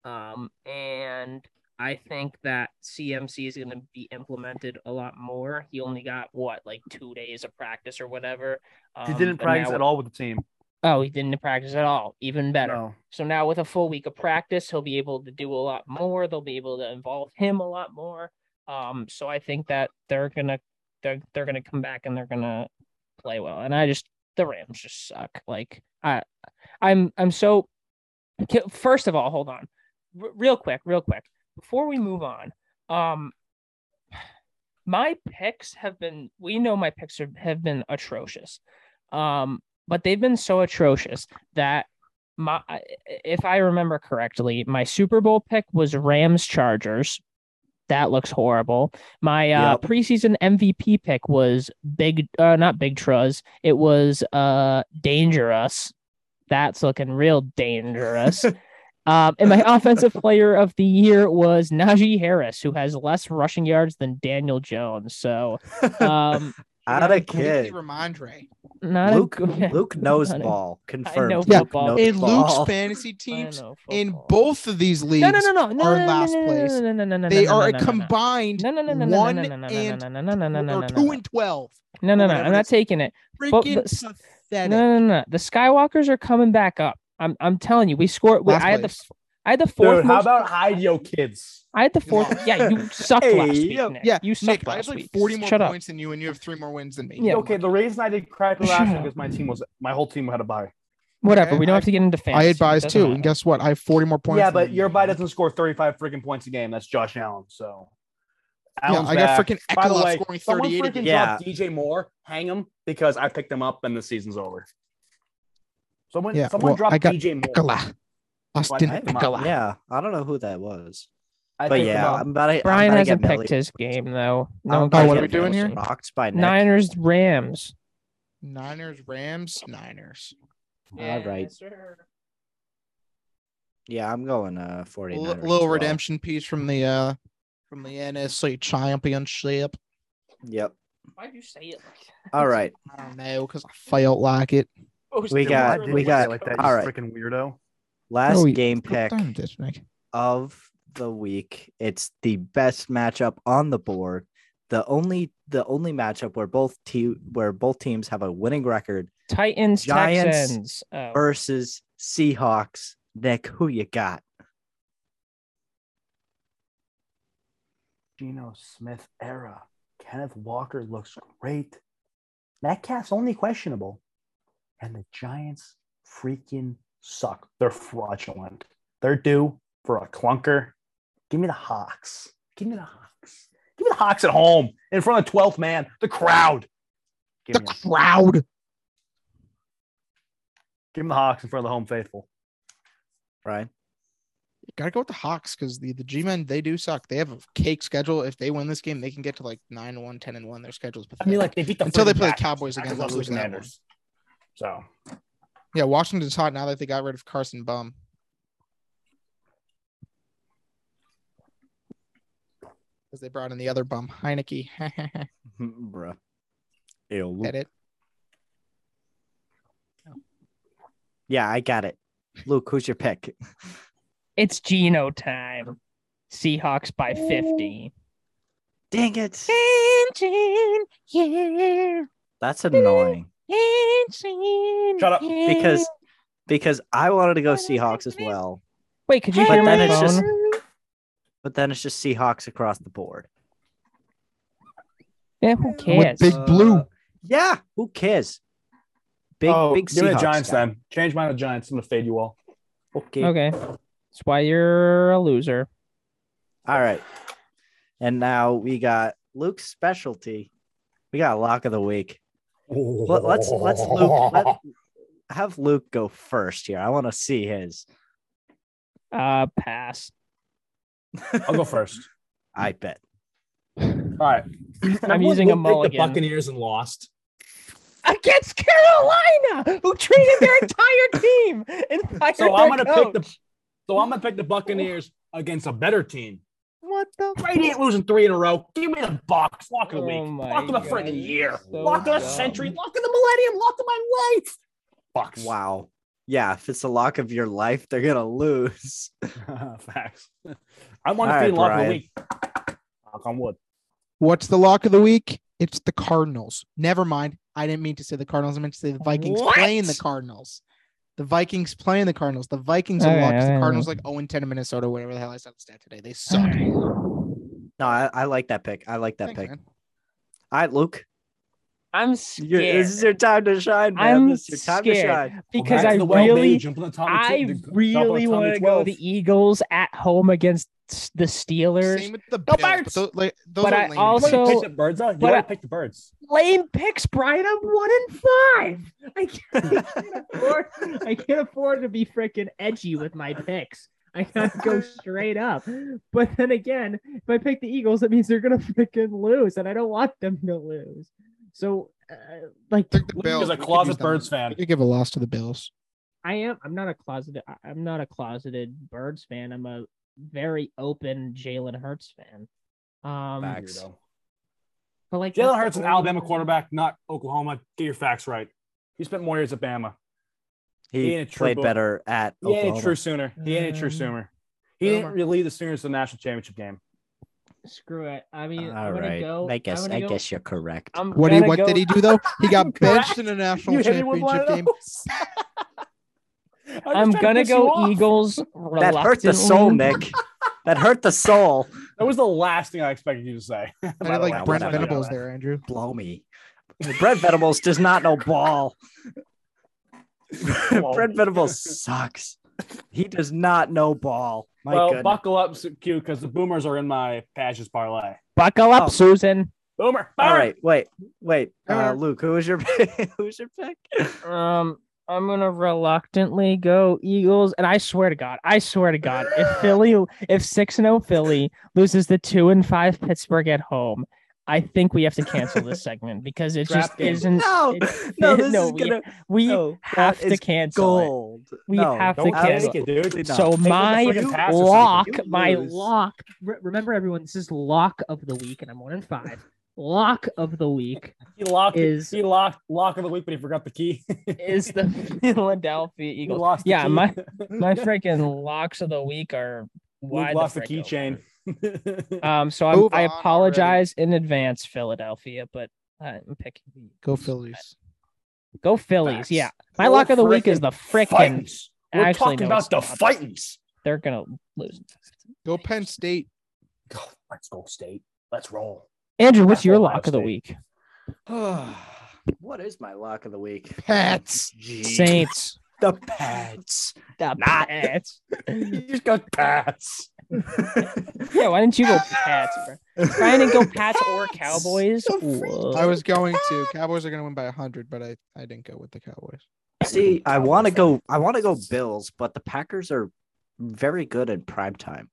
Speaker 1: Um, and I think that CMC is going to be implemented a lot more. He only got what, like two days of practice or whatever.
Speaker 4: He
Speaker 1: Um,
Speaker 4: didn't
Speaker 1: but
Speaker 4: practice
Speaker 1: now-
Speaker 4: at all with the team.
Speaker 1: Oh, he didn't practice at all. Even better.
Speaker 4: No.
Speaker 1: So now with a full week of practice, he'll be able to do a lot more. They'll be able to involve him a lot more. Um, so I think that they're gonna they're they're gonna come back and they're gonna play well. And I just the Rams just suck. Like I I'm I'm so K- first of all, hold on. R- real quick, real quick. Before we move on, um my picks have been we know my picks are, have been atrocious. Um but they've been so atrocious that my if I remember correctly, my Super Bowl pick was Rams Chargers. That looks horrible. My uh,
Speaker 3: Yep.
Speaker 1: preseason MVP pick was Big, uh, not Big Truz. It was uh, Dangerous. That's looking real dangerous. um, and my offensive player of the year was Najee Harris, who has less rushing yards than Daniel Jones. So, um,
Speaker 3: Out of kid.
Speaker 2: Remindre.
Speaker 1: not
Speaker 3: Luke,
Speaker 1: a good.
Speaker 3: Luke knows
Speaker 1: not a-
Speaker 3: ball. Confirmed.
Speaker 1: know
Speaker 2: Yeah,
Speaker 3: Luke
Speaker 1: football.
Speaker 3: knows
Speaker 2: In Luke's
Speaker 3: ball.
Speaker 2: fantasy
Speaker 1: I
Speaker 2: teams,
Speaker 1: know
Speaker 2: in
Speaker 1: football.
Speaker 2: both of these leagues,
Speaker 1: No, no, no, no, no,
Speaker 2: are
Speaker 1: no, no,
Speaker 2: last
Speaker 1: no, no,
Speaker 2: place.
Speaker 1: No, no, no, no,
Speaker 2: they
Speaker 1: no, no,
Speaker 2: are
Speaker 1: no,
Speaker 2: a
Speaker 1: no, no.
Speaker 2: combined
Speaker 1: No, no, no, no, no,
Speaker 2: one
Speaker 1: no, no, no,
Speaker 2: and
Speaker 1: no, no, no, no, no, no,
Speaker 2: or
Speaker 1: no,
Speaker 2: two
Speaker 1: no.
Speaker 2: and twelve.
Speaker 1: No, no, no,
Speaker 2: whatever
Speaker 1: I'm
Speaker 2: it
Speaker 1: not
Speaker 2: is.
Speaker 1: taking it. But
Speaker 2: Freaking
Speaker 1: the s- No,
Speaker 2: pathetic.
Speaker 1: no, no, no. The Skywalkers are coming back up. I'm, I'm telling you, we scored. we-
Speaker 2: Last
Speaker 1: I had the,
Speaker 2: place.
Speaker 1: f- I had the fourth
Speaker 4: Dude, how
Speaker 1: most.
Speaker 4: about hide yo kids?
Speaker 1: I had the fourth. Yeah, you sucked
Speaker 3: Hey,
Speaker 1: last week,
Speaker 3: yo-
Speaker 1: Nick.
Speaker 2: Yeah,
Speaker 1: you sucked
Speaker 2: Nick, I
Speaker 1: last
Speaker 2: have like
Speaker 1: week.
Speaker 2: 40 more
Speaker 1: Shut
Speaker 2: points than you, and you have three more wins than me.
Speaker 1: Yeah.
Speaker 4: okay, the reason I did crappy
Speaker 1: Shut
Speaker 4: last
Speaker 1: up.
Speaker 4: week is my team was my whole team had a buy.
Speaker 1: up. Whatever.
Speaker 2: Okay,
Speaker 1: we don't
Speaker 2: I-
Speaker 1: have to get into
Speaker 2: I
Speaker 1: fantasy.
Speaker 2: had buys
Speaker 1: Doesn't
Speaker 2: too,
Speaker 1: matter.
Speaker 2: and guess what? I have 40 more points.
Speaker 4: yeah,
Speaker 2: than
Speaker 4: but
Speaker 2: you.
Speaker 4: your buy doesn't score 35 freaking points a game. That's Josh Allen. So
Speaker 2: Yeah,
Speaker 4: Allen's
Speaker 2: I got
Speaker 4: back.
Speaker 2: freaking
Speaker 4: By the
Speaker 2: Ekelov
Speaker 4: way,
Speaker 2: scoring
Speaker 4: someone
Speaker 2: 38.
Speaker 4: freaking
Speaker 2: again.
Speaker 3: Yeah.
Speaker 4: drop DJ Moore. Hang him because I picked him up and the season's over. Someone,
Speaker 2: Yeah,
Speaker 4: someone
Speaker 2: well,
Speaker 4: dropped
Speaker 2: I got
Speaker 4: DJ Moore.
Speaker 2: Ekelov. Austin
Speaker 4: I-
Speaker 2: Ekelov.
Speaker 3: Yeah, I don't know who that was,
Speaker 4: I
Speaker 3: but
Speaker 4: picked him
Speaker 3: yeah,
Speaker 4: up.
Speaker 3: I'm about to.
Speaker 1: Brian
Speaker 3: I'm about
Speaker 1: hasn't
Speaker 3: to get
Speaker 1: picked
Speaker 3: Millie-
Speaker 1: his game though. No,
Speaker 3: I'm
Speaker 1: one
Speaker 2: Oh,
Speaker 1: picked
Speaker 2: what
Speaker 1: his
Speaker 2: are we
Speaker 1: game.
Speaker 2: doing here?
Speaker 3: Rocked by Nick.
Speaker 1: Niners, Rams.
Speaker 2: Niners, Rams, Niners.
Speaker 3: All right. Yeah, I'm going uh
Speaker 2: A
Speaker 3: 49.
Speaker 2: L- little redemption piece from the uh from the NSC championship.
Speaker 3: Yep.
Speaker 1: Why'd you say it like that?
Speaker 3: All right.
Speaker 2: I don't know because I felt like it.
Speaker 4: Oh,
Speaker 3: We got- we got-
Speaker 4: like that.
Speaker 3: all
Speaker 4: you
Speaker 3: right.
Speaker 4: freaking weirdo.
Speaker 3: Last
Speaker 2: you-
Speaker 3: game
Speaker 2: God
Speaker 3: pick
Speaker 2: darn this, Nick.
Speaker 3: of the week. It's the best matchup on the board. The only the only matchup where both te- where both teams have a winning record
Speaker 1: Titans,
Speaker 3: Giants
Speaker 1: Texans. Oh.
Speaker 3: versus Seahawks. Nick, who you got?
Speaker 4: Geno Smith era. Kenneth Walker looks great. Metcalf's only questionable. And the Giants freaking suck. They're fraudulent. They're due for a clunker. Give me the Hawks. Give me the Hawks. Give me the Hawks at home in front of 12th man, the crowd. Give
Speaker 2: The
Speaker 4: me, them.
Speaker 2: crowd.
Speaker 4: Give me the Hawks in front of the home faithful.
Speaker 3: Brian.
Speaker 2: Gotta go with the Hawks because the, the G men they do suck. They have a cake schedule. If they win this game, they can get to like 9 1, 10 and 1. Their schedule's pathetic.
Speaker 4: I mean, like they beat the
Speaker 2: Until they
Speaker 4: freaking
Speaker 2: play the
Speaker 4: Packers.
Speaker 2: Cowboys again,
Speaker 4: Packers
Speaker 2: they'll
Speaker 4: lost to the
Speaker 2: lose that one.
Speaker 4: Commanders. So
Speaker 2: yeah, Washington's hot now that they got rid of Carson Bum. Because they brought in the other bum, Heineke.
Speaker 3: Bruh. Ew.
Speaker 2: Get it?
Speaker 3: Yeah, I got it. Luke, who's your pick?
Speaker 1: It's Geno time. Seahawks by 50.
Speaker 3: Dang it.
Speaker 1: Engine, yeah.
Speaker 3: That's annoying.
Speaker 1: Engine,
Speaker 4: Shut up.
Speaker 1: yeah.
Speaker 3: Because because I wanted to go Seahawks as well.
Speaker 1: Wait, could you
Speaker 3: But
Speaker 1: hear my
Speaker 3: then it's
Speaker 1: phone?
Speaker 3: just- But then it's just Seahawks across the board.
Speaker 1: Yeah, who
Speaker 2: With
Speaker 1: cares?
Speaker 2: Big Blue.
Speaker 3: Uh, Yeah, who cares? Big big
Speaker 4: Oh, give me the
Speaker 3: Seahawks
Speaker 4: Giants
Speaker 3: guy.
Speaker 4: then. Change mine to Giants. I'm gonna fade you all.
Speaker 3: Okay.
Speaker 1: Okay. That's why you're a loser.
Speaker 3: All right. And now we got Luke's specialty. We got lock of the week. Let, let's let's Luke let, have Luke go first here. I want to see his.
Speaker 1: Uh pass.
Speaker 4: I'll go first.
Speaker 3: I bet.
Speaker 4: All right.
Speaker 1: I'm using a mulligan.
Speaker 4: The Buccaneers and lost.
Speaker 1: Against Carolina, who traded their entire team and hired
Speaker 4: So I'm
Speaker 1: their
Speaker 4: gonna pick the.
Speaker 1: coach.
Speaker 4: So I'm gonna pick the Buccaneers against a better team.
Speaker 1: what the
Speaker 4: Brady ain't losing three in a row. Give me the Bucks. Lock of the
Speaker 1: Oh
Speaker 4: week.
Speaker 1: my
Speaker 4: Lock of the
Speaker 1: God,
Speaker 4: friggin' year.
Speaker 1: so
Speaker 4: lock of the
Speaker 1: dumb.
Speaker 4: century. Lock of the millennium. Lock of my life. Bucks.
Speaker 3: Wow. Yeah, if it's the lock of your life, they're gonna lose.
Speaker 4: Facts. I'm
Speaker 3: All right,
Speaker 4: undefeated lock of
Speaker 3: Brian.
Speaker 4: the week. Knock on wood.
Speaker 2: What's the lock of the week? It's the Cardinals. Never mind. I didn't mean to say the Cardinals. I meant to say the Vikings
Speaker 1: What?
Speaker 2: playing the Cardinals. The Vikings playing the Cardinals. The Vikings are
Speaker 1: All
Speaker 2: locked.
Speaker 1: right, all
Speaker 2: The
Speaker 1: right,
Speaker 2: Cardinals like 0 10 in Minnesota, whatever the hell I saw the stat today. They suck.
Speaker 3: No, I, I like that pick. I like that
Speaker 2: Thanks,
Speaker 3: pick.
Speaker 2: man.
Speaker 3: All right, Luke.
Speaker 1: I'm
Speaker 3: You're,
Speaker 1: scared
Speaker 3: This is your time to shine, man.
Speaker 1: I'm
Speaker 3: this is your time to
Speaker 1: scared.
Speaker 3: shine.
Speaker 1: because
Speaker 4: Back
Speaker 1: I
Speaker 4: to the well, baby.
Speaker 1: really,
Speaker 4: Jump on the Tommy
Speaker 1: I
Speaker 4: Tw- the-
Speaker 1: really
Speaker 4: jump on the
Speaker 1: want
Speaker 4: Tommy
Speaker 1: to go
Speaker 4: 12.
Speaker 1: the Eagles at home against the Steelers.
Speaker 2: Same with the
Speaker 1: Go
Speaker 2: Bills, but
Speaker 1: Birds!
Speaker 2: tho- like, those
Speaker 1: But
Speaker 2: are
Speaker 1: I
Speaker 2: lame
Speaker 1: also-
Speaker 2: picks.
Speaker 1: So-
Speaker 4: pick the birds out. You
Speaker 1: but
Speaker 4: want
Speaker 1: I-
Speaker 4: to pick the birds.
Speaker 1: lame picks, Brian. I'm one in five. I can't, I can't afford. I can't afford to be freaking edgy with my picks. I gotta go straight up. But then again, if I pick the Eagles, that means they're gonna freaking lose, and I don't want them to lose. So, uh, like,
Speaker 2: Pick the
Speaker 1: what-
Speaker 2: Bills.
Speaker 4: He's
Speaker 2: We
Speaker 4: a
Speaker 2: could use
Speaker 4: closet
Speaker 2: them.
Speaker 4: birds fan.
Speaker 2: We could give a loss to the Bills.
Speaker 1: I am. I'm not a closeted. I- I'm not a closeted Birds fan. I'm a very open Jalen Hurts fan. Um,
Speaker 3: Facts.
Speaker 1: but like
Speaker 4: Jalen
Speaker 1: that's
Speaker 4: Hurts,
Speaker 1: the
Speaker 4: an
Speaker 1: only-
Speaker 4: Alabama quarterback, not Oklahama. Get your facts right. He spent more years at Bama. He
Speaker 3: He
Speaker 4: ain't a true
Speaker 3: played
Speaker 4: bull.
Speaker 3: better at
Speaker 4: He ain't a
Speaker 3: Oklahoma.
Speaker 4: true Sooner. He ain't a true
Speaker 1: Um,
Speaker 4: Sooner. He
Speaker 2: Boomer.
Speaker 4: didn't really lead the Sooners to the national championship game.
Speaker 1: Screw it. I mean,
Speaker 3: All
Speaker 1: I'm gonna
Speaker 3: right.
Speaker 1: go.
Speaker 3: I guess
Speaker 1: I'm
Speaker 3: I
Speaker 1: gonna go-
Speaker 3: guess you're correct.
Speaker 1: I'm
Speaker 2: What, he,
Speaker 1: gonna
Speaker 2: what
Speaker 1: go-
Speaker 2: did he do though? He got benched
Speaker 4: Correct.
Speaker 2: in a national
Speaker 4: You hit me with one
Speaker 2: championship
Speaker 4: of
Speaker 2: game.
Speaker 4: those. I'm just
Speaker 1: I'm
Speaker 4: trying to
Speaker 1: gonna
Speaker 4: piss you
Speaker 1: go
Speaker 4: off.
Speaker 1: Eagles.
Speaker 3: that hurt the soul, Nick. That hurt the soul.
Speaker 4: That was the last thing I expected you to say.
Speaker 2: I did
Speaker 3: way, I
Speaker 2: like Brent
Speaker 3: wanna know
Speaker 2: Venables
Speaker 4: that.
Speaker 2: there, Andrew.
Speaker 3: Blow me. Brett Venables does not know ball.
Speaker 4: Blow
Speaker 3: Brett
Speaker 4: me.
Speaker 3: Venables sucks. He does not know ball. My
Speaker 4: well,
Speaker 3: goodness.
Speaker 4: buckle up, Su- Q, because the boomers are in my Patches parlay.
Speaker 1: Buckle up,
Speaker 3: Oh.
Speaker 1: Susan.
Speaker 4: Boomer.
Speaker 3: All
Speaker 4: fire!
Speaker 3: right, wait, wait, uh,
Speaker 2: Alright.
Speaker 3: Luke, who was your who was your pick?
Speaker 1: Um, I'm gonna reluctantly go Eagles, and I swear to God, I swear to God, if Philly, if six and zero Philly loses the two and five Pittsburgh at home, I think we have to cancel this segment because it
Speaker 4: Trap
Speaker 1: just
Speaker 4: game.
Speaker 1: isn't.
Speaker 3: No,
Speaker 1: It-
Speaker 3: no,
Speaker 1: it-
Speaker 3: this
Speaker 1: no,
Speaker 3: is
Speaker 1: we-
Speaker 3: gonna
Speaker 1: We
Speaker 3: no, that
Speaker 1: have to
Speaker 3: is
Speaker 1: cancel it.
Speaker 3: gold.
Speaker 1: We
Speaker 3: No,
Speaker 1: have to
Speaker 4: Don't
Speaker 1: cancel.
Speaker 4: take
Speaker 1: it.
Speaker 4: it, dude.
Speaker 3: no.
Speaker 1: So
Speaker 3: Take
Speaker 4: the
Speaker 1: my
Speaker 4: freaking pass or something.
Speaker 1: lock,
Speaker 3: You
Speaker 1: my
Speaker 3: lose.
Speaker 1: lock. re- remember, everyone, this is lock of the week, and I'm one in five. Lock of the week
Speaker 4: He locked.
Speaker 1: is
Speaker 4: He locked lock of the week, but he forgot the key.
Speaker 1: is the Philadelphia
Speaker 4: He
Speaker 1: Eagles.
Speaker 4: lost. The
Speaker 1: Yeah,
Speaker 4: key.
Speaker 1: my- My freaking locks of the week are wide.
Speaker 4: Luke
Speaker 1: the
Speaker 4: lost the
Speaker 1: frick open.
Speaker 4: keychain.
Speaker 1: Um, so I'm,
Speaker 2: Move
Speaker 1: I
Speaker 2: on already.
Speaker 1: apologize in advance, Philadelphia, but I'm picking. the
Speaker 2: Go
Speaker 1: Eagles.
Speaker 2: Phillies.
Speaker 1: Go Phillies.
Speaker 4: Facts.
Speaker 1: Yeah, my
Speaker 4: Go
Speaker 1: lock of the week is
Speaker 4: frickin'
Speaker 1: the frickin'.
Speaker 4: Fightins. We're
Speaker 1: Actually,
Speaker 4: talking
Speaker 1: no,
Speaker 4: about
Speaker 1: it's
Speaker 4: the
Speaker 1: not.
Speaker 4: Fightins.
Speaker 1: They're gonna lose.
Speaker 2: Go Penn State.
Speaker 4: God, let's go state. Let's roll.
Speaker 1: Andrew, what's your
Speaker 4: Ohio
Speaker 1: lock of the
Speaker 4: State.
Speaker 1: week?
Speaker 3: what is my lock of the week?
Speaker 2: Pats.
Speaker 1: Saints.
Speaker 3: The Pats.
Speaker 1: The
Speaker 3: Not-
Speaker 1: Pats.
Speaker 4: You just got Pats.
Speaker 1: Yeah, why didn't you go Pats? Bro? Trying to go Pats or Cowboys. Whoa.
Speaker 2: I was going to. Cowboys are going to win by 100, but I, I didn't go with the Cowboys.
Speaker 3: See, I want to go. I want to go Bills, but the Packers are very good in prime time.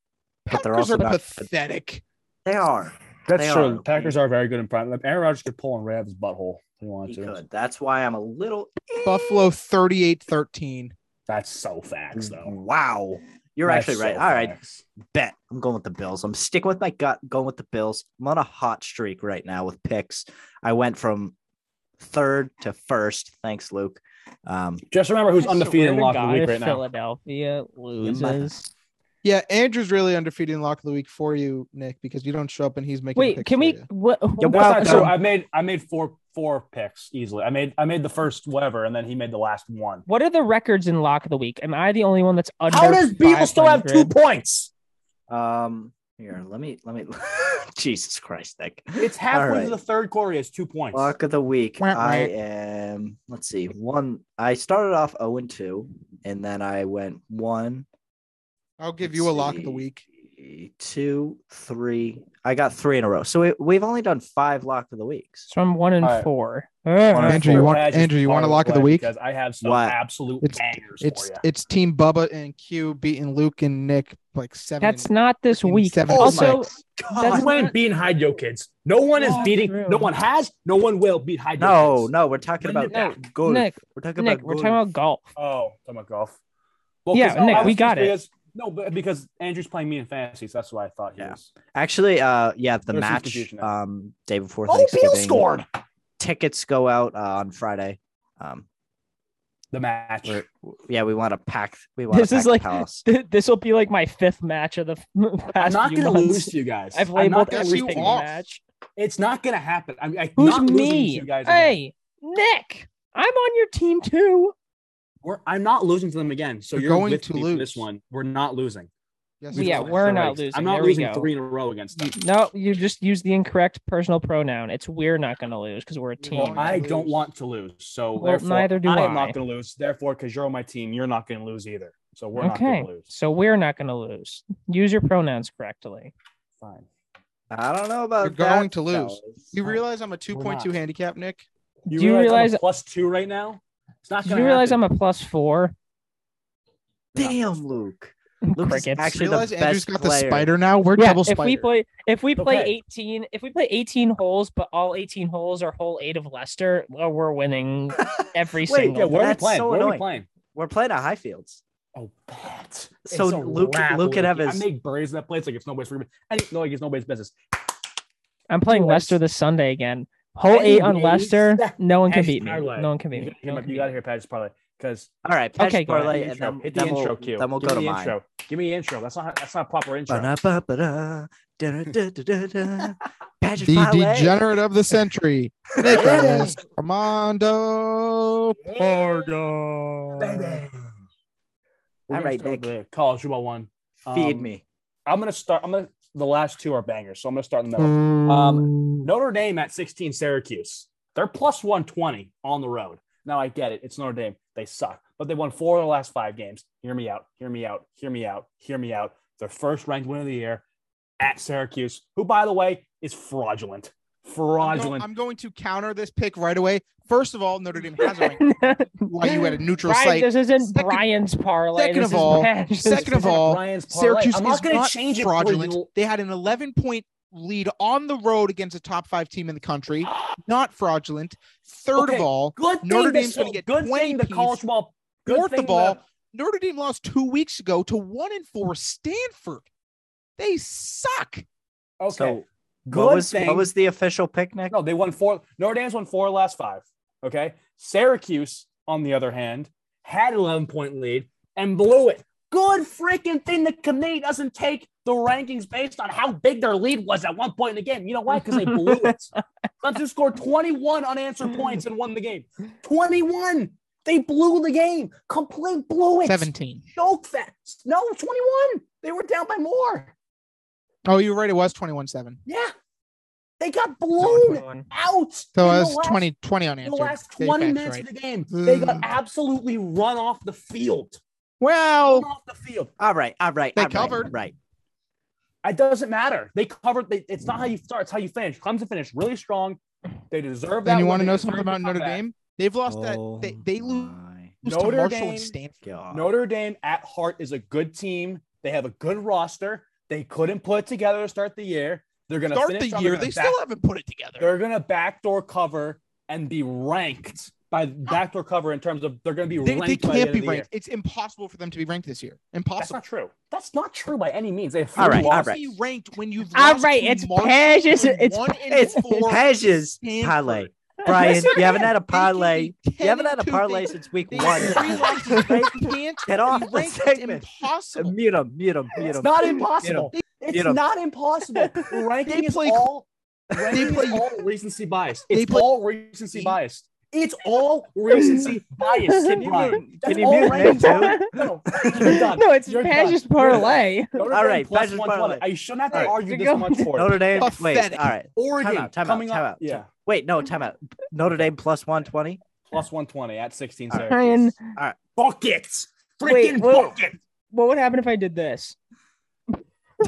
Speaker 3: But they're
Speaker 2: Packers
Speaker 3: also not-
Speaker 2: are pathetic.
Speaker 3: They are.
Speaker 4: That's
Speaker 3: They
Speaker 4: true.
Speaker 3: are.
Speaker 4: The Packers are very good in prime. Aaron Rodgers could pull on Rav's butthole if he wanted
Speaker 3: He
Speaker 4: to.
Speaker 3: could. That's why I'm a little.
Speaker 2: Buffalo 38 13.
Speaker 4: That's so facts, though.
Speaker 3: Wow. Mm-hmm. You're actually right. All right, bet. I'm going with the Bills. I'm sticking with my gut, going with the Bills. I'm on a hot streak right now with picks. I went from third to first. Thanks, Luke. Um,
Speaker 4: Just remember who's
Speaker 1: I swear
Speaker 4: undefeated in
Speaker 1: to
Speaker 4: lock of
Speaker 1: God,
Speaker 4: the week
Speaker 1: if
Speaker 4: right now.
Speaker 1: Philadelphia loses.
Speaker 2: Yeah, Andrew's really undefeated in lock of the week for you, Nick, because you don't show up and he's making.
Speaker 1: Wait,
Speaker 2: picks
Speaker 1: can
Speaker 2: for
Speaker 1: we?
Speaker 2: you.
Speaker 1: What?
Speaker 3: Yeah,
Speaker 4: That's
Speaker 3: Wow,
Speaker 4: not
Speaker 3: no.
Speaker 4: true. I made I made four four picks easily. I made I made the first whatever, and then he made the last one.
Speaker 1: What are the records in lock of the week? Am I the only one that's under?
Speaker 4: How does Beal still have two
Speaker 1: 500?
Speaker 4: points?
Speaker 3: um, here, let me, let me. Jesus Christ, Nick.
Speaker 4: It's halfway
Speaker 3: right.
Speaker 4: to the third quarter. He has two points.
Speaker 3: Lock of the week.
Speaker 2: Wah, wah.
Speaker 3: I am. Let's see. One. I started off zero and two, and then I went one.
Speaker 2: I'll give
Speaker 3: let's
Speaker 2: you a lock of
Speaker 3: see,
Speaker 2: the week.
Speaker 3: Two, three. I got three in a row. So we, we've only done five lock of the weeks.
Speaker 1: So I'm one and
Speaker 4: All right.
Speaker 1: four.
Speaker 4: One of
Speaker 2: Andrew,
Speaker 4: four
Speaker 2: you want-
Speaker 4: badges
Speaker 2: Andrew, you want a
Speaker 4: far
Speaker 2: lock of the
Speaker 4: away
Speaker 2: week?
Speaker 4: Because I have some
Speaker 3: What?
Speaker 4: absolute
Speaker 2: It's-
Speaker 4: bangers
Speaker 2: It's
Speaker 4: for you.
Speaker 2: it's Team Bubba and Q beating Luke and Nick like seven.
Speaker 1: That's not this
Speaker 2: freaking
Speaker 1: week.
Speaker 2: seven
Speaker 1: also,
Speaker 2: sacks.
Speaker 1: that's
Speaker 4: That's
Speaker 1: not-
Speaker 4: when beating hide yo kids. No one is
Speaker 1: Walk
Speaker 4: beating.
Speaker 1: through.
Speaker 4: No one has. No one will beat hide yo
Speaker 3: No,
Speaker 4: kids.
Speaker 3: no, we're talking about
Speaker 4: Bring it back.
Speaker 3: golf.
Speaker 1: Nick,
Speaker 3: we're talking
Speaker 1: Nick,
Speaker 3: about
Speaker 1: we're
Speaker 3: golf.
Speaker 1: talking about golf.
Speaker 4: Oh, talking about golf. Well,
Speaker 1: Yeah,
Speaker 4: 'cause- oh,
Speaker 1: Nick,
Speaker 4: I was
Speaker 1: we got
Speaker 4: confused
Speaker 1: it.
Speaker 4: because- no, but because Andrew's playing me in fantasy, so that's why I thought he
Speaker 3: Yeah.
Speaker 4: was.
Speaker 3: actually uh yeah, the
Speaker 4: There's some
Speaker 3: match
Speaker 4: confusion there.
Speaker 3: um day before
Speaker 4: Oh,
Speaker 3: Thanksgiving.
Speaker 4: Beal scored
Speaker 3: Tickets go out uh, on Friday. Um
Speaker 4: the match.
Speaker 3: we're, yeah, we want to pack we want
Speaker 1: This
Speaker 3: to
Speaker 1: is
Speaker 3: pack the
Speaker 1: like-
Speaker 3: palace.
Speaker 1: This will be like my fifth match of the f-
Speaker 4: I'm
Speaker 1: past
Speaker 4: not
Speaker 1: few
Speaker 4: gonna
Speaker 1: months.
Speaker 4: lose to you guys.
Speaker 1: I've
Speaker 4: I'm
Speaker 1: labeled
Speaker 4: not gonna lose
Speaker 1: everything
Speaker 4: to you
Speaker 2: off.
Speaker 4: guys.
Speaker 1: match.
Speaker 4: It's not gonna happen. I'm, I'm
Speaker 1: Who's
Speaker 4: not losing to
Speaker 1: me?
Speaker 4: you guys again.
Speaker 1: Hey, Nick, I'm on your team too.
Speaker 4: We're, I'm not losing to them again. So
Speaker 2: You're
Speaker 4: you're
Speaker 2: going
Speaker 4: with
Speaker 2: to
Speaker 4: me for
Speaker 2: lose.
Speaker 4: this one. We're not losing.
Speaker 2: Yes,
Speaker 4: We've
Speaker 1: Yeah,
Speaker 4: lost
Speaker 2: Luke.
Speaker 1: we're
Speaker 4: three.
Speaker 1: not losing.
Speaker 4: I'm not
Speaker 1: There we
Speaker 4: losing
Speaker 1: go.
Speaker 4: three in a row against them.
Speaker 1: No, you just used the incorrect personal pronoun. It's we're not going to lose because we're a
Speaker 2: You're
Speaker 1: team.
Speaker 2: wrong.
Speaker 4: I
Speaker 2: to
Speaker 4: don't
Speaker 2: lose.
Speaker 4: want to lose. So
Speaker 1: Well,
Speaker 4: therefore,
Speaker 1: neither do
Speaker 4: I
Speaker 1: I.
Speaker 4: am not going to lose. Therefore, because you're on my team, you're not going to lose either. So we're not
Speaker 1: okay,
Speaker 4: going to lose.
Speaker 1: so we're not going to lose. Use your pronouns correctly.
Speaker 4: Fine.
Speaker 3: I don't know about
Speaker 2: You're going
Speaker 3: that,
Speaker 2: to lose.
Speaker 3: fellas.
Speaker 2: You realize I'm a 2.2
Speaker 4: not.
Speaker 2: handicap, Nick?
Speaker 1: Do you realize-
Speaker 4: I'm a plus two right now? It's not
Speaker 1: Did
Speaker 4: going
Speaker 1: you
Speaker 4: to
Speaker 1: realize I'm a plus four?
Speaker 3: Damn, Luke. Luke is
Speaker 1: Crickets.
Speaker 3: actually the
Speaker 2: Realize Andrew's
Speaker 3: best
Speaker 2: got the
Speaker 3: player.
Speaker 2: spider now. We're
Speaker 1: yeah,
Speaker 2: double
Speaker 1: if
Speaker 2: spider.
Speaker 1: we play if we play
Speaker 4: Okay.
Speaker 1: 18 if we play 18 holes but all 18 holes are hole 8 of Leicester, well, we're winning every
Speaker 3: Wait,
Speaker 1: single
Speaker 4: Yeah, where are we
Speaker 3: That's
Speaker 4: playing?
Speaker 3: so
Speaker 4: where are we
Speaker 3: annoying.
Speaker 4: playing?
Speaker 3: We're playing at Highfields.
Speaker 4: Oh, Pat.
Speaker 3: So Luke- Luke can have
Speaker 4: I
Speaker 3: his-
Speaker 4: make birds that place like it's nobody's freaking. I think no, like it's nobody's business.
Speaker 1: I'm playing
Speaker 4: Anyways.
Speaker 1: Leicester this Sunday again. Hole 8 on
Speaker 4: Anyways,
Speaker 1: Leicester, no one can
Speaker 4: Patches
Speaker 1: beat me.
Speaker 4: parlay.
Speaker 1: No one can beat
Speaker 4: You,
Speaker 1: me.
Speaker 4: you,
Speaker 1: No one can
Speaker 4: you
Speaker 1: beat
Speaker 4: got to
Speaker 1: me.
Speaker 4: hear Patches parlay because
Speaker 3: All right, Patch
Speaker 1: Okay, go ahead.
Speaker 3: parlay,
Speaker 4: hit
Speaker 3: and
Speaker 4: the intro.
Speaker 3: then,
Speaker 4: Hit the
Speaker 3: then
Speaker 4: intro
Speaker 3: we'll,
Speaker 4: cue.
Speaker 3: then we'll
Speaker 4: Give
Speaker 3: go
Speaker 4: me
Speaker 3: to
Speaker 4: the
Speaker 3: mine.
Speaker 4: intro. Give me the intro. That's not that's not a proper intro.
Speaker 3: Ba-da-ba-ba-da, da-da-da-da-da. Patrick
Speaker 2: the
Speaker 3: Parlay.
Speaker 2: degenerate of the century, Nicholas Armando Parga.
Speaker 4: Baby. We're
Speaker 3: All
Speaker 4: gonna
Speaker 3: right, Nick.
Speaker 4: start with the College football one.
Speaker 3: Feed
Speaker 4: Um,
Speaker 3: me.
Speaker 4: I'm gonna start. I'm gonna. The last two are bangers, so I'm gonna start in the middle. Um, Notre Dame at 16, Syracuse. They're plus 120 on the road. Now I get it. It's Notre Dame. They suck, but they won four of the last five games. Hear me out. Hear me out. Hear me out. Hear me out. Their first ranked win of the year at Syracuse, who, by the way, is fraudulent.
Speaker 2: I'm, go-
Speaker 4: Fraudulent.
Speaker 2: I'm going to counter this pick right away. First of all, Notre Dame has a rank. Why you at a neutral
Speaker 1: Brian,
Speaker 2: site?
Speaker 1: this isn't
Speaker 2: Second-
Speaker 1: Brian's parlay.
Speaker 2: second
Speaker 1: this
Speaker 2: of
Speaker 1: is
Speaker 2: all-
Speaker 1: Pat's.
Speaker 2: second of all,
Speaker 4: Ryan's parlay.
Speaker 2: Syracuse
Speaker 4: I'm not
Speaker 2: is
Speaker 4: gonna
Speaker 2: not
Speaker 4: change it for
Speaker 2: fraudulent.
Speaker 4: you.
Speaker 2: They had an 11 point lead on the road against a top five team in the country. Not fraudulent. Third
Speaker 4: Okay,
Speaker 2: of all,
Speaker 4: Good thing
Speaker 2: Notre
Speaker 4: they
Speaker 2: Dame's gonna
Speaker 4: sold-
Speaker 2: get
Speaker 4: good
Speaker 2: 20
Speaker 4: thing the
Speaker 2: piece.
Speaker 4: college ball. Good
Speaker 2: Fourth of
Speaker 4: thing
Speaker 2: all,
Speaker 4: the-
Speaker 2: Notre Dame lost two weeks ago to one and four Stanford. They suck.
Speaker 4: okay.
Speaker 3: So
Speaker 4: good
Speaker 3: what was
Speaker 4: thing.
Speaker 3: what was the official picnic?
Speaker 4: No, they won four. Notre Dame's won four of the last five. Okay. Syracuse, on the other hand, had an 11 point lead and blew it. Good freaking thing the committee doesn't take the rankings based on how big their lead was at one point in the game. You know why? Because they blew it. Clemson scored 21 unanswered points and won the game. 21. They blew the game. Complete blew it.
Speaker 2: 17.
Speaker 4: Joke fest. No, 21. They were down by more.
Speaker 2: Oh, you're right. It was 21 7.
Speaker 4: Yeah. They got blown out.
Speaker 2: So
Speaker 4: in
Speaker 2: it
Speaker 4: the
Speaker 2: was
Speaker 4: last
Speaker 2: 20, 20
Speaker 4: in
Speaker 2: unanswered.
Speaker 4: the last
Speaker 2: They
Speaker 4: 20
Speaker 2: facts,
Speaker 4: minutes
Speaker 2: right.
Speaker 4: of the game, they got
Speaker 2: Mm.
Speaker 4: absolutely run off the field.
Speaker 2: Well,
Speaker 4: Run off the field.
Speaker 3: All right, all right,
Speaker 2: They
Speaker 3: all right,
Speaker 2: covered.
Speaker 3: Right.
Speaker 4: It doesn't matter. They covered. They, it's not how you start. It's how you finish. Clemson finished really strong. They deserve that.
Speaker 2: then you
Speaker 4: win.
Speaker 2: want to
Speaker 4: They
Speaker 2: know
Speaker 4: deserve
Speaker 2: something
Speaker 4: to
Speaker 2: about
Speaker 4: come
Speaker 2: Notre
Speaker 4: back.
Speaker 2: Dame? They've lost
Speaker 3: Oh
Speaker 2: that. They, they lose
Speaker 3: my
Speaker 2: to
Speaker 4: Notre
Speaker 2: Marshall
Speaker 4: Dame-
Speaker 2: and Stanford.
Speaker 3: God.
Speaker 4: Notre Dame at heart is a good team. They have a good roster. They couldn't put it together to start the year. They're going to
Speaker 2: Start the year. They still haven't put it together.
Speaker 4: They're going to backdoor cover and be ranked by backdoor cover in terms of they're going to be
Speaker 2: They,
Speaker 4: ranked.
Speaker 2: they
Speaker 4: by the end
Speaker 2: can't
Speaker 4: of
Speaker 2: be
Speaker 4: the year.
Speaker 2: ranked. It's impossible for them to be ranked this year.
Speaker 4: That's
Speaker 2: Impossible.
Speaker 4: not true. That's not true by any means. They have
Speaker 3: All
Speaker 4: three
Speaker 3: right, all
Speaker 2: How
Speaker 4: losses.
Speaker 2: can
Speaker 3: right.
Speaker 2: you ranked when you've
Speaker 1: All
Speaker 2: lost
Speaker 1: right,
Speaker 2: to
Speaker 1: it's
Speaker 2: Marshall,
Speaker 1: Pages-
Speaker 2: who's
Speaker 1: it's-
Speaker 2: one and
Speaker 3: it's
Speaker 2: four
Speaker 3: Pages
Speaker 2: Stanford.
Speaker 3: parlay.
Speaker 4: Yes,
Speaker 3: Brian,
Speaker 4: you
Speaker 3: you haven't
Speaker 4: can.
Speaker 3: had a
Speaker 2: They can
Speaker 3: parlay.
Speaker 2: be 10
Speaker 3: You haven't
Speaker 2: and
Speaker 3: had a
Speaker 2: two.
Speaker 3: parlay
Speaker 2: They-
Speaker 3: since week
Speaker 2: they
Speaker 3: one.
Speaker 2: have three losses.
Speaker 3: Right?
Speaker 2: They can't
Speaker 3: Get off
Speaker 2: be
Speaker 3: the
Speaker 2: ranked. It's
Speaker 3: segment.
Speaker 2: impossible.
Speaker 3: Uh, Mute him, mute him, mute
Speaker 4: It's
Speaker 3: him.
Speaker 4: not impossible. It's
Speaker 3: Get 'em.
Speaker 4: not impossible. Ranking
Speaker 2: They
Speaker 4: is
Speaker 2: play-
Speaker 4: all.
Speaker 3: They
Speaker 4: Ranking
Speaker 2: play-
Speaker 4: is all recency bias.
Speaker 2: They
Speaker 4: It's
Speaker 2: play-
Speaker 4: all recency bias. It's all recency bias,
Speaker 1: Can
Speaker 4: Kid
Speaker 3: you
Speaker 4: Ryan.
Speaker 3: mute-
Speaker 4: That's
Speaker 3: can you
Speaker 4: all
Speaker 3: mute
Speaker 4: rankings
Speaker 3: him,
Speaker 4: are. No, you're done.
Speaker 1: no, it's
Speaker 4: You're
Speaker 1: Pat's
Speaker 4: done. You're done.
Speaker 1: parlay.
Speaker 4: Notre
Speaker 3: All
Speaker 4: Dame
Speaker 3: right,
Speaker 4: plus
Speaker 3: Badgers
Speaker 4: 120.
Speaker 3: parlay.
Speaker 4: I shouldn't have to
Speaker 3: All right.
Speaker 4: argue this
Speaker 1: Go-
Speaker 4: much for it.
Speaker 3: Notre Dame. Wait, all
Speaker 2: Pathetic.
Speaker 3: right.
Speaker 4: Oregon
Speaker 3: Time out, time out,
Speaker 4: coming
Speaker 3: time
Speaker 4: up.
Speaker 3: out.
Speaker 4: Yeah,
Speaker 3: Wait, no, time out. Notre Dame plus 120.
Speaker 4: plus 120 at 16
Speaker 3: All right.
Speaker 4: Syracuse.
Speaker 3: All right.
Speaker 4: Buckets.
Speaker 1: Wait,
Speaker 4: Freaking
Speaker 1: well-
Speaker 4: buckets.
Speaker 1: What would happen if I did this?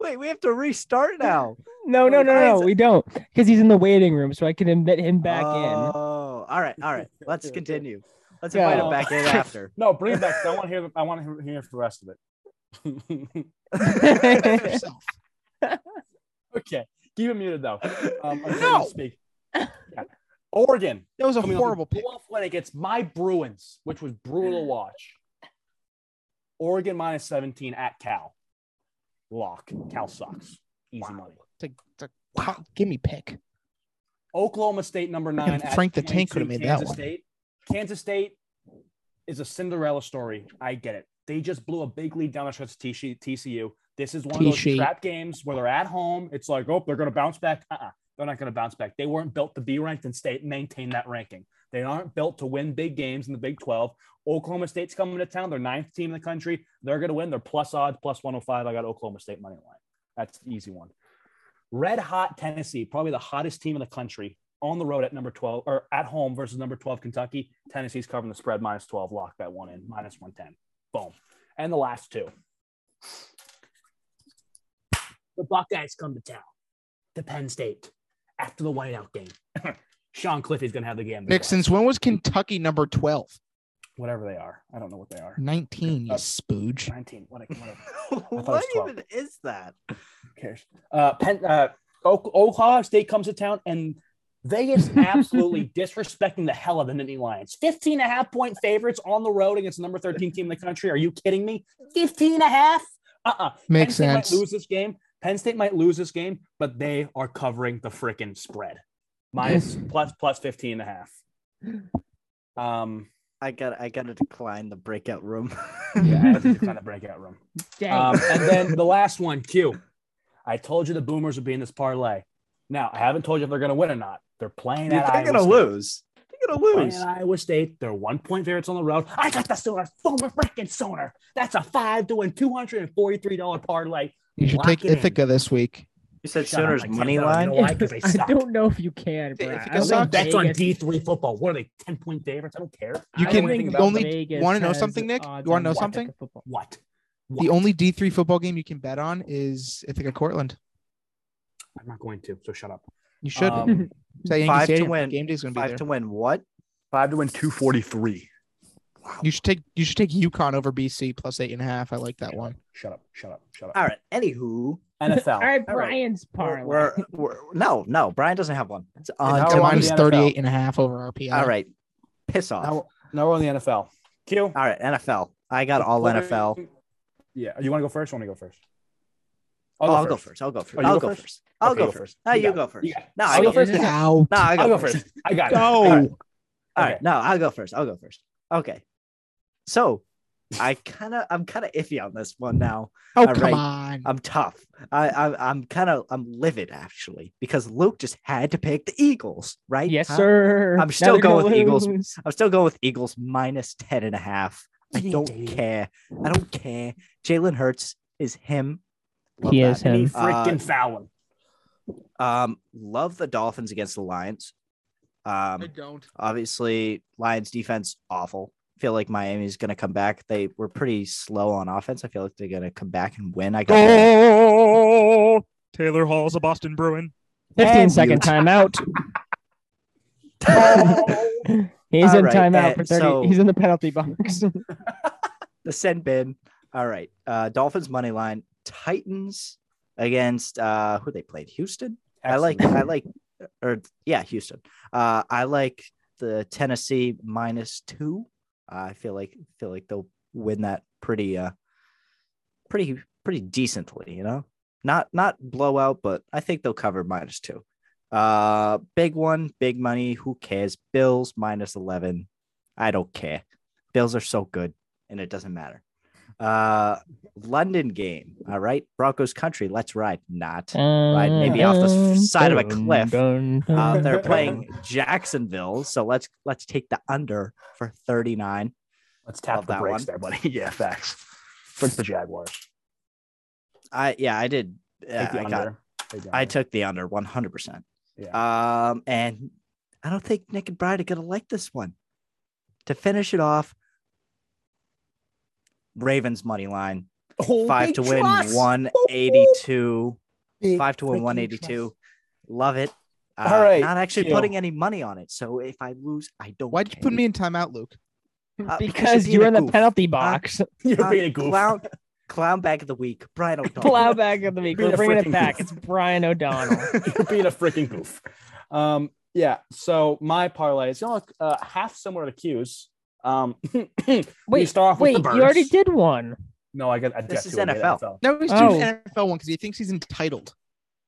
Speaker 3: Wait, we have to restart now.
Speaker 1: No, no,
Speaker 3: Oh,
Speaker 1: no, no,
Speaker 3: guys.
Speaker 1: we don't, because he's in the waiting room, so I can admit him back in.
Speaker 3: Oh, all right, all right. Let's continue. Let's
Speaker 1: Yeah.
Speaker 3: invite him back in after.
Speaker 4: No, bring it back. 'cause I want to hear. I want to hear the rest of it.
Speaker 2: Pace yourself.
Speaker 4: okay, keep it muted though. Um, I'm
Speaker 2: No.
Speaker 4: no. Speak. Yeah. Oregon.
Speaker 2: That was a
Speaker 4: coming off
Speaker 2: horrible
Speaker 4: a
Speaker 2: pick.
Speaker 4: blow-off win against my Bruins, which was brutal to watch. Oregon minus 17 at Cal. Lock. Cal sucks. Easy money.
Speaker 2: It's like- it's like, wow, give me pick.
Speaker 4: Oklahoma State number nine. at
Speaker 2: Frank the Tank coulda
Speaker 4: 22,
Speaker 2: made that
Speaker 4: Kansas
Speaker 2: one.
Speaker 4: State. Kansas State is a Cinderella story. I get it. They just blew a big lead down the stretch to TC TCU. This is one of
Speaker 2: TC.
Speaker 4: those trap games where they're at home. It's like, oh, they're going to bounce back. Uh-uh. They're not going to bounce back. They weren't built to be ranked and stay maintain that ranking. They aren't built to win big games in the Big 12. Oklahoma State's coming to town. They're ninth team in the country. They're going to win. They're plus odds, plus 105. I got Oklahoma State money line. That's the easy one. Red hot Tennessee, probably the hottest team in the country, on the road at number 12 or at home versus number 12 Kentucky. Tennessee's covering the spread minus 12. Lock that one in, minus 110. Boom. And the last two. The Buckeyes come to town, to Penn State, after the whiteout game. Sean Cliffy's going to have the game.
Speaker 2: Nick, since when was Kentucky number 12?
Speaker 4: Whatever they are. I don't know what they are.
Speaker 2: 19, you
Speaker 4: Uh,
Speaker 2: spooge.
Speaker 4: 19. What a, what a was
Speaker 3: what
Speaker 4: 12.
Speaker 3: even is that?
Speaker 4: Who cares? Uh, Penn, uh, o- Ohio State comes to town and they is absolutely disrespecting the hell out of the Nittany Lions. 15 and a half point favorites on the road against the number 13 team in the country. Are you kidding me? 15 and a half? Uh-uh.
Speaker 2: Makes
Speaker 4: Penn State
Speaker 2: sense.
Speaker 4: might lose this game. Penn State might lose this game, but they are covering the freaking spread. Minus plus plus 15 and a half. Um,
Speaker 3: I got I gotta decline the breakout room.
Speaker 4: yeah, I had to kind of breakout room.
Speaker 1: Dang.
Speaker 4: Um, and then the last one, Q. I told you the Boomers would be in this parlay. Now I haven't told you if they're going to win or not. They're playing
Speaker 3: They're
Speaker 4: at Iowa
Speaker 3: gonna
Speaker 4: State.
Speaker 3: lose. They're to lose.
Speaker 4: Playing Iowa State, they're one point favorites on the road. I got the Sooners, former freaking Sooner. That's a five to win, two hundred and forty-three dollar parlay.
Speaker 2: You should
Speaker 4: Lock
Speaker 2: take
Speaker 4: it in.
Speaker 2: Ithaca this week.
Speaker 3: You said
Speaker 4: Shut up,
Speaker 3: Sooners
Speaker 4: I can't
Speaker 3: money
Speaker 4: bet on
Speaker 3: line.
Speaker 4: them. Why? 'Cause they
Speaker 1: I
Speaker 4: suck.
Speaker 1: don't know if you can,
Speaker 2: They-
Speaker 1: Brad.
Speaker 2: if it
Speaker 1: I don't
Speaker 2: sucks-
Speaker 1: think
Speaker 4: That's on
Speaker 1: Vegas-
Speaker 4: D three football. What are they? Ten point favorites? I don't care.
Speaker 2: You
Speaker 1: I
Speaker 4: I
Speaker 1: don't
Speaker 4: don't
Speaker 1: think
Speaker 4: think
Speaker 1: about
Speaker 4: about
Speaker 2: only-
Speaker 1: Vegas
Speaker 2: wanna know
Speaker 1: has
Speaker 2: something, Nick? You
Speaker 1: odds
Speaker 2: wanna
Speaker 1: on
Speaker 2: know
Speaker 1: Ithaca
Speaker 2: something?
Speaker 1: football.
Speaker 4: what.
Speaker 2: The only D three football game you can bet on is Ithaca Cortland.
Speaker 4: I'm not going to. So shut up.
Speaker 2: You should.
Speaker 4: Um,
Speaker 2: It's at Yankee
Speaker 3: Five to
Speaker 2: Stadium.
Speaker 3: win.
Speaker 2: Game day's gonna be there.
Speaker 3: Five to win. What?
Speaker 4: five to win, two forty-three.
Speaker 2: You should take you should take UConn over BC plus eight and a half. I like that one.
Speaker 4: Shut up. Shut up. Shut up.
Speaker 3: All right. Anywho,
Speaker 1: All
Speaker 4: NFL.
Speaker 1: right,
Speaker 3: All right.
Speaker 1: Brian's
Speaker 3: we're,
Speaker 1: parlay.
Speaker 3: we're, we're no, no. Brian doesn't have one. It's on
Speaker 4: how
Speaker 2: It's
Speaker 3: to
Speaker 4: are we on
Speaker 2: minus
Speaker 4: the NFL?
Speaker 2: 38 and a half over RPI.
Speaker 3: All right. Piss off.
Speaker 4: Now, now we're on the NFL. Q.
Speaker 3: All right. NFL. I got all NFL.
Speaker 4: Yeah. You want to go first? Or want me to go first?
Speaker 3: Oh, I'll go first. I'll go first.
Speaker 4: Oh, you
Speaker 3: I'll
Speaker 4: go
Speaker 3: go
Speaker 4: first?
Speaker 3: first. I'll
Speaker 4: Okay,
Speaker 3: go
Speaker 4: you go
Speaker 3: first. No,
Speaker 4: You
Speaker 3: you
Speaker 4: got
Speaker 3: go first.
Speaker 4: You got it.
Speaker 3: No,
Speaker 4: I'll
Speaker 3: I
Speaker 4: go
Speaker 3: get-
Speaker 4: first.
Speaker 2: Get out.
Speaker 3: No, I
Speaker 4: I'll
Speaker 3: go
Speaker 4: go
Speaker 3: first.
Speaker 4: first. I got it.
Speaker 2: No.
Speaker 4: All right.
Speaker 3: All
Speaker 4: Okay.
Speaker 3: right. No, I'll go first. I'll go first. Okay. So I kind of, I'm kind of iffy on this one now.
Speaker 2: Oh,
Speaker 3: All
Speaker 2: come
Speaker 3: right. Um,
Speaker 2: on.
Speaker 3: I'm tough. I, I I'm kind of, I'm livid actually because Luke just had to pick the Eagles, right?
Speaker 1: yes,
Speaker 3: Huh?
Speaker 1: sir.
Speaker 3: I'm
Speaker 1: Now
Speaker 3: still
Speaker 1: they're gonna
Speaker 3: going with Eagles.
Speaker 1: lose.
Speaker 3: I'm still going with Eagles minus 10 and a half. I
Speaker 4: Yeah,
Speaker 3: don't
Speaker 4: baby.
Speaker 3: care. I don't care. Jalen Hurts is him. Love
Speaker 1: He
Speaker 3: that.
Speaker 1: is
Speaker 4: And he
Speaker 1: him.
Speaker 4: freaking
Speaker 3: Uh,
Speaker 4: Fallon.
Speaker 3: Um, love the Dolphins against the Lions. Um,
Speaker 2: don't.
Speaker 3: obviously Lions defense awful. Feel like Miami's gonna come back. They were pretty slow on offense. I feel like they're gonna come back and win. I got them-
Speaker 2: Oh, Taylor Hall's a Boston Bruin.
Speaker 1: 15
Speaker 3: And
Speaker 1: second
Speaker 3: mute.
Speaker 1: timeout. He's
Speaker 3: All
Speaker 1: in
Speaker 3: right,
Speaker 1: timeout
Speaker 3: uh,
Speaker 1: for 30.
Speaker 3: so-
Speaker 1: He's in the penalty box.
Speaker 3: the send bin. All right. Uh Dolphins money line. Titans against uh who they played? Houston. I like I like or yeah, Houston. Uh I like the Tennessee minus two. Uh, I feel like feel like they'll win that pretty uh pretty pretty decently, you know? Not not blowout, but I think they'll cover minus two. Uh big one, big money, who cares? Bills minus eleven. I don't care. Bills are so good and it doesn't matter. Uh London game. All right. Broncos country. Let's ride. Not.
Speaker 1: right,
Speaker 3: maybe off the side of a cliff. Uh, they're playing Jacksonville, so let's let's take the under for 39.
Speaker 4: Let's
Speaker 3: Love
Speaker 4: tap the
Speaker 3: that
Speaker 4: brakes
Speaker 3: one.
Speaker 4: there, buddy. Yeah, facts. Freak the Jaguars.
Speaker 3: I yeah, I did. Yeah,
Speaker 4: Take the
Speaker 3: I got.
Speaker 4: under. Take the
Speaker 3: I
Speaker 4: under.
Speaker 3: took the under 100. percent
Speaker 4: Yeah.
Speaker 3: Um, and I don't think Nick and Bride are gonna like this one. To finish it off, Ravens money line
Speaker 4: Oh,
Speaker 3: five
Speaker 4: big
Speaker 3: to win
Speaker 4: trust.
Speaker 3: 182.
Speaker 4: Big
Speaker 3: Five to win
Speaker 4: freaking
Speaker 3: 182.
Speaker 4: trust.
Speaker 3: Love it. Uh,
Speaker 4: All right,
Speaker 3: Not actually
Speaker 4: Gio.
Speaker 3: putting any money on it, so if I lose, I don't.
Speaker 2: Why'd you
Speaker 3: care.
Speaker 2: put me in timeout, Luke?
Speaker 3: Uh,
Speaker 1: because
Speaker 3: you're
Speaker 1: you're in
Speaker 3: being a
Speaker 1: the
Speaker 3: goof.
Speaker 1: penalty box.
Speaker 4: You're
Speaker 3: Uh,
Speaker 4: being a goof.
Speaker 3: Clown, clown bag of the week, Brian O'Donnell.
Speaker 1: Plow back of the week.
Speaker 4: Being
Speaker 1: We're
Speaker 4: a
Speaker 1: bringing it
Speaker 4: freaking
Speaker 1: back.
Speaker 4: goof.
Speaker 1: It's Brian O'Donnell.
Speaker 4: You're being a freaking goof. Um, yeah. So my parlay is you know, uh, half similar to Q's. Um,
Speaker 1: Wait,
Speaker 4: start off with
Speaker 1: wait.
Speaker 4: the
Speaker 1: You
Speaker 4: birds.
Speaker 1: already did one.
Speaker 4: no, I got. I
Speaker 3: This
Speaker 4: got
Speaker 3: is
Speaker 4: two. I made
Speaker 3: NFL.
Speaker 2: No, he's
Speaker 1: Oh.
Speaker 2: doing an NFL one because he thinks he's entitled.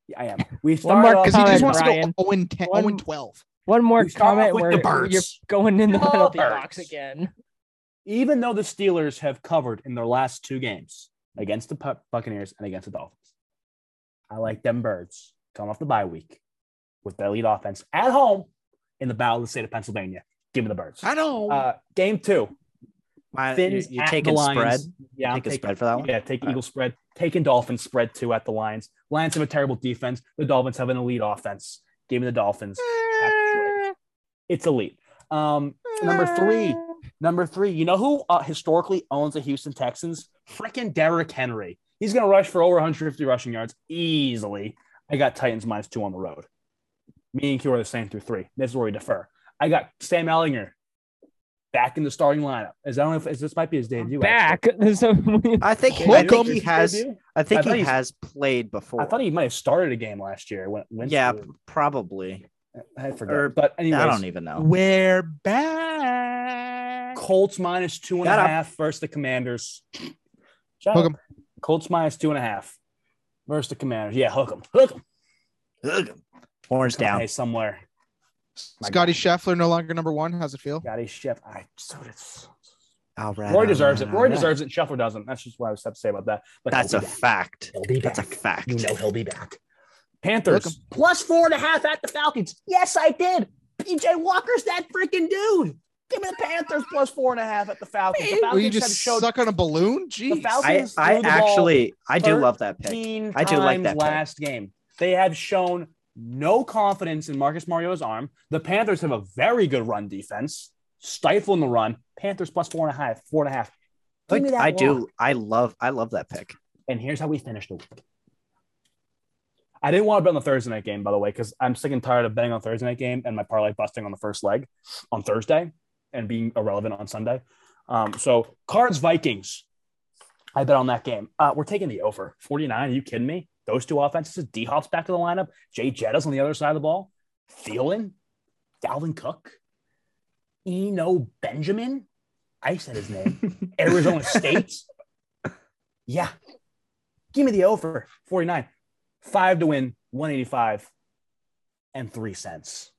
Speaker 4: Yeah, I am. We
Speaker 1: One more
Speaker 4: start off
Speaker 2: Because he
Speaker 1: All right,
Speaker 2: just wants
Speaker 1: Brian.
Speaker 2: to go 0 and 10,
Speaker 1: One-
Speaker 2: 0 and 12.
Speaker 1: One more
Speaker 4: We start off
Speaker 1: comment.
Speaker 4: with
Speaker 1: We're,
Speaker 4: the
Speaker 1: you're
Speaker 4: birds.
Speaker 1: going in the
Speaker 4: The
Speaker 1: penalty box
Speaker 4: birds.
Speaker 1: again.
Speaker 4: even though the Steelers have covered in their last two games against the Pu- Buccaneers and against the Dolphins, I like them birds coming off the bye week with their lead offense at home in the battle of the state of Pennsylvania. Give me the birds.
Speaker 2: I know.
Speaker 4: Uh, game two.
Speaker 3: My, Uh, you,
Speaker 4: Fins
Speaker 3: you
Speaker 4: at
Speaker 3: taking
Speaker 4: the
Speaker 3: spread?
Speaker 4: Lions. Yeah, I'm
Speaker 3: take a
Speaker 4: taking-
Speaker 3: spread for that one.
Speaker 4: Yeah, take
Speaker 3: All right.
Speaker 4: Eagle spread, taking Dolphins spread two at the Lions. Lions have a terrible defense. The Dolphins have an elite offense. Give me the Dolphins. Actually, It's elite. Um, number three, number three. You know who uh, historically owns the Houston Texans? Freaking Derrick Henry. He's going to rush for over 150 rushing yards easily. I got Titans minus two on the road. Me and Q are the same through three. This is where we defer. I got Sam Ellinger back in the starting lineup. Is I don't know if is- this might be his debut. actually.
Speaker 1: Back. So-
Speaker 3: I think
Speaker 2: Hook
Speaker 3: I
Speaker 2: him.
Speaker 3: think he has. I
Speaker 4: I
Speaker 3: think
Speaker 4: thought
Speaker 3: he
Speaker 4: he's-
Speaker 3: has played before.
Speaker 4: I thought he might have started a game last year. When, when
Speaker 3: yeah, probably.
Speaker 4: I forgot.
Speaker 3: or-
Speaker 4: but anyways,
Speaker 3: I don't even know.
Speaker 2: We're back.
Speaker 4: Colts minus two and a half
Speaker 3: Shut up.
Speaker 4: versus the Commanders. Shut
Speaker 2: Hook
Speaker 4: up. Colts minus two and a half versus the Commanders. Yeah, hook them. Hook them.
Speaker 3: Ugh. Horns down.
Speaker 4: somewhere. My
Speaker 2: Scotty
Speaker 4: guy.
Speaker 2: Scheffler no longer number one. How's it feel?
Speaker 4: Scotty Chef. I so does.
Speaker 3: All right.
Speaker 4: Roy
Speaker 3: all
Speaker 4: deserves it.
Speaker 3: right,
Speaker 4: Roy
Speaker 3: all right.
Speaker 4: deserves it. Shuffler doesn't. That's just what I was have to say about that. But
Speaker 3: That's
Speaker 4: he'll
Speaker 3: a
Speaker 4: be back.
Speaker 3: fact.
Speaker 4: He'll be
Speaker 3: That's a
Speaker 4: back.
Speaker 3: fact.
Speaker 4: You know he'll be back.
Speaker 2: Look
Speaker 4: Panthers
Speaker 2: 'em.
Speaker 4: plus four and a half at the Falcons. Yes, I did.
Speaker 6: PJ Walker's that freaking dude.
Speaker 7: Give me the Panthers plus four and a half at the Falcons. The
Speaker 2: Will you
Speaker 7: Falcons have
Speaker 2: just
Speaker 7: showed
Speaker 2: suck on a balloon?
Speaker 7: the
Speaker 2: Jeez.
Speaker 3: I,
Speaker 7: Falcons
Speaker 3: I
Speaker 7: threw the ball
Speaker 3: actually, I do love that pick.
Speaker 4: 15
Speaker 3: I do like
Speaker 4: times
Speaker 3: that pick.
Speaker 4: last game. They have shown no confidence in Marcus Mariota's arm. The Panthers have a very good run defense, stifling the run. Panthers plus four and a half, four and a half. Give me that
Speaker 3: I do.
Speaker 4: walk.
Speaker 3: I love. I love that pick.
Speaker 4: And here's how we finished the week. I didn't want to bet on the Thursday night game, by the way, because I'm sick and tired of betting on Thursday night game and my parlay busting on the first leg on Thursday and being irrelevant on Sunday. Um, so Cards Vikings, I bet on that game. Uh, we're taking the over 49. Are you kidding me? Those two offenses, D Hop's back of the lineup, Jay Jetta's on the other side of the ball, Thielen, Dalvin Cook, Eno Benjamin. I said his name. Arizona State. Yeah. Give me the over 49. Five to win, 185 and three cents.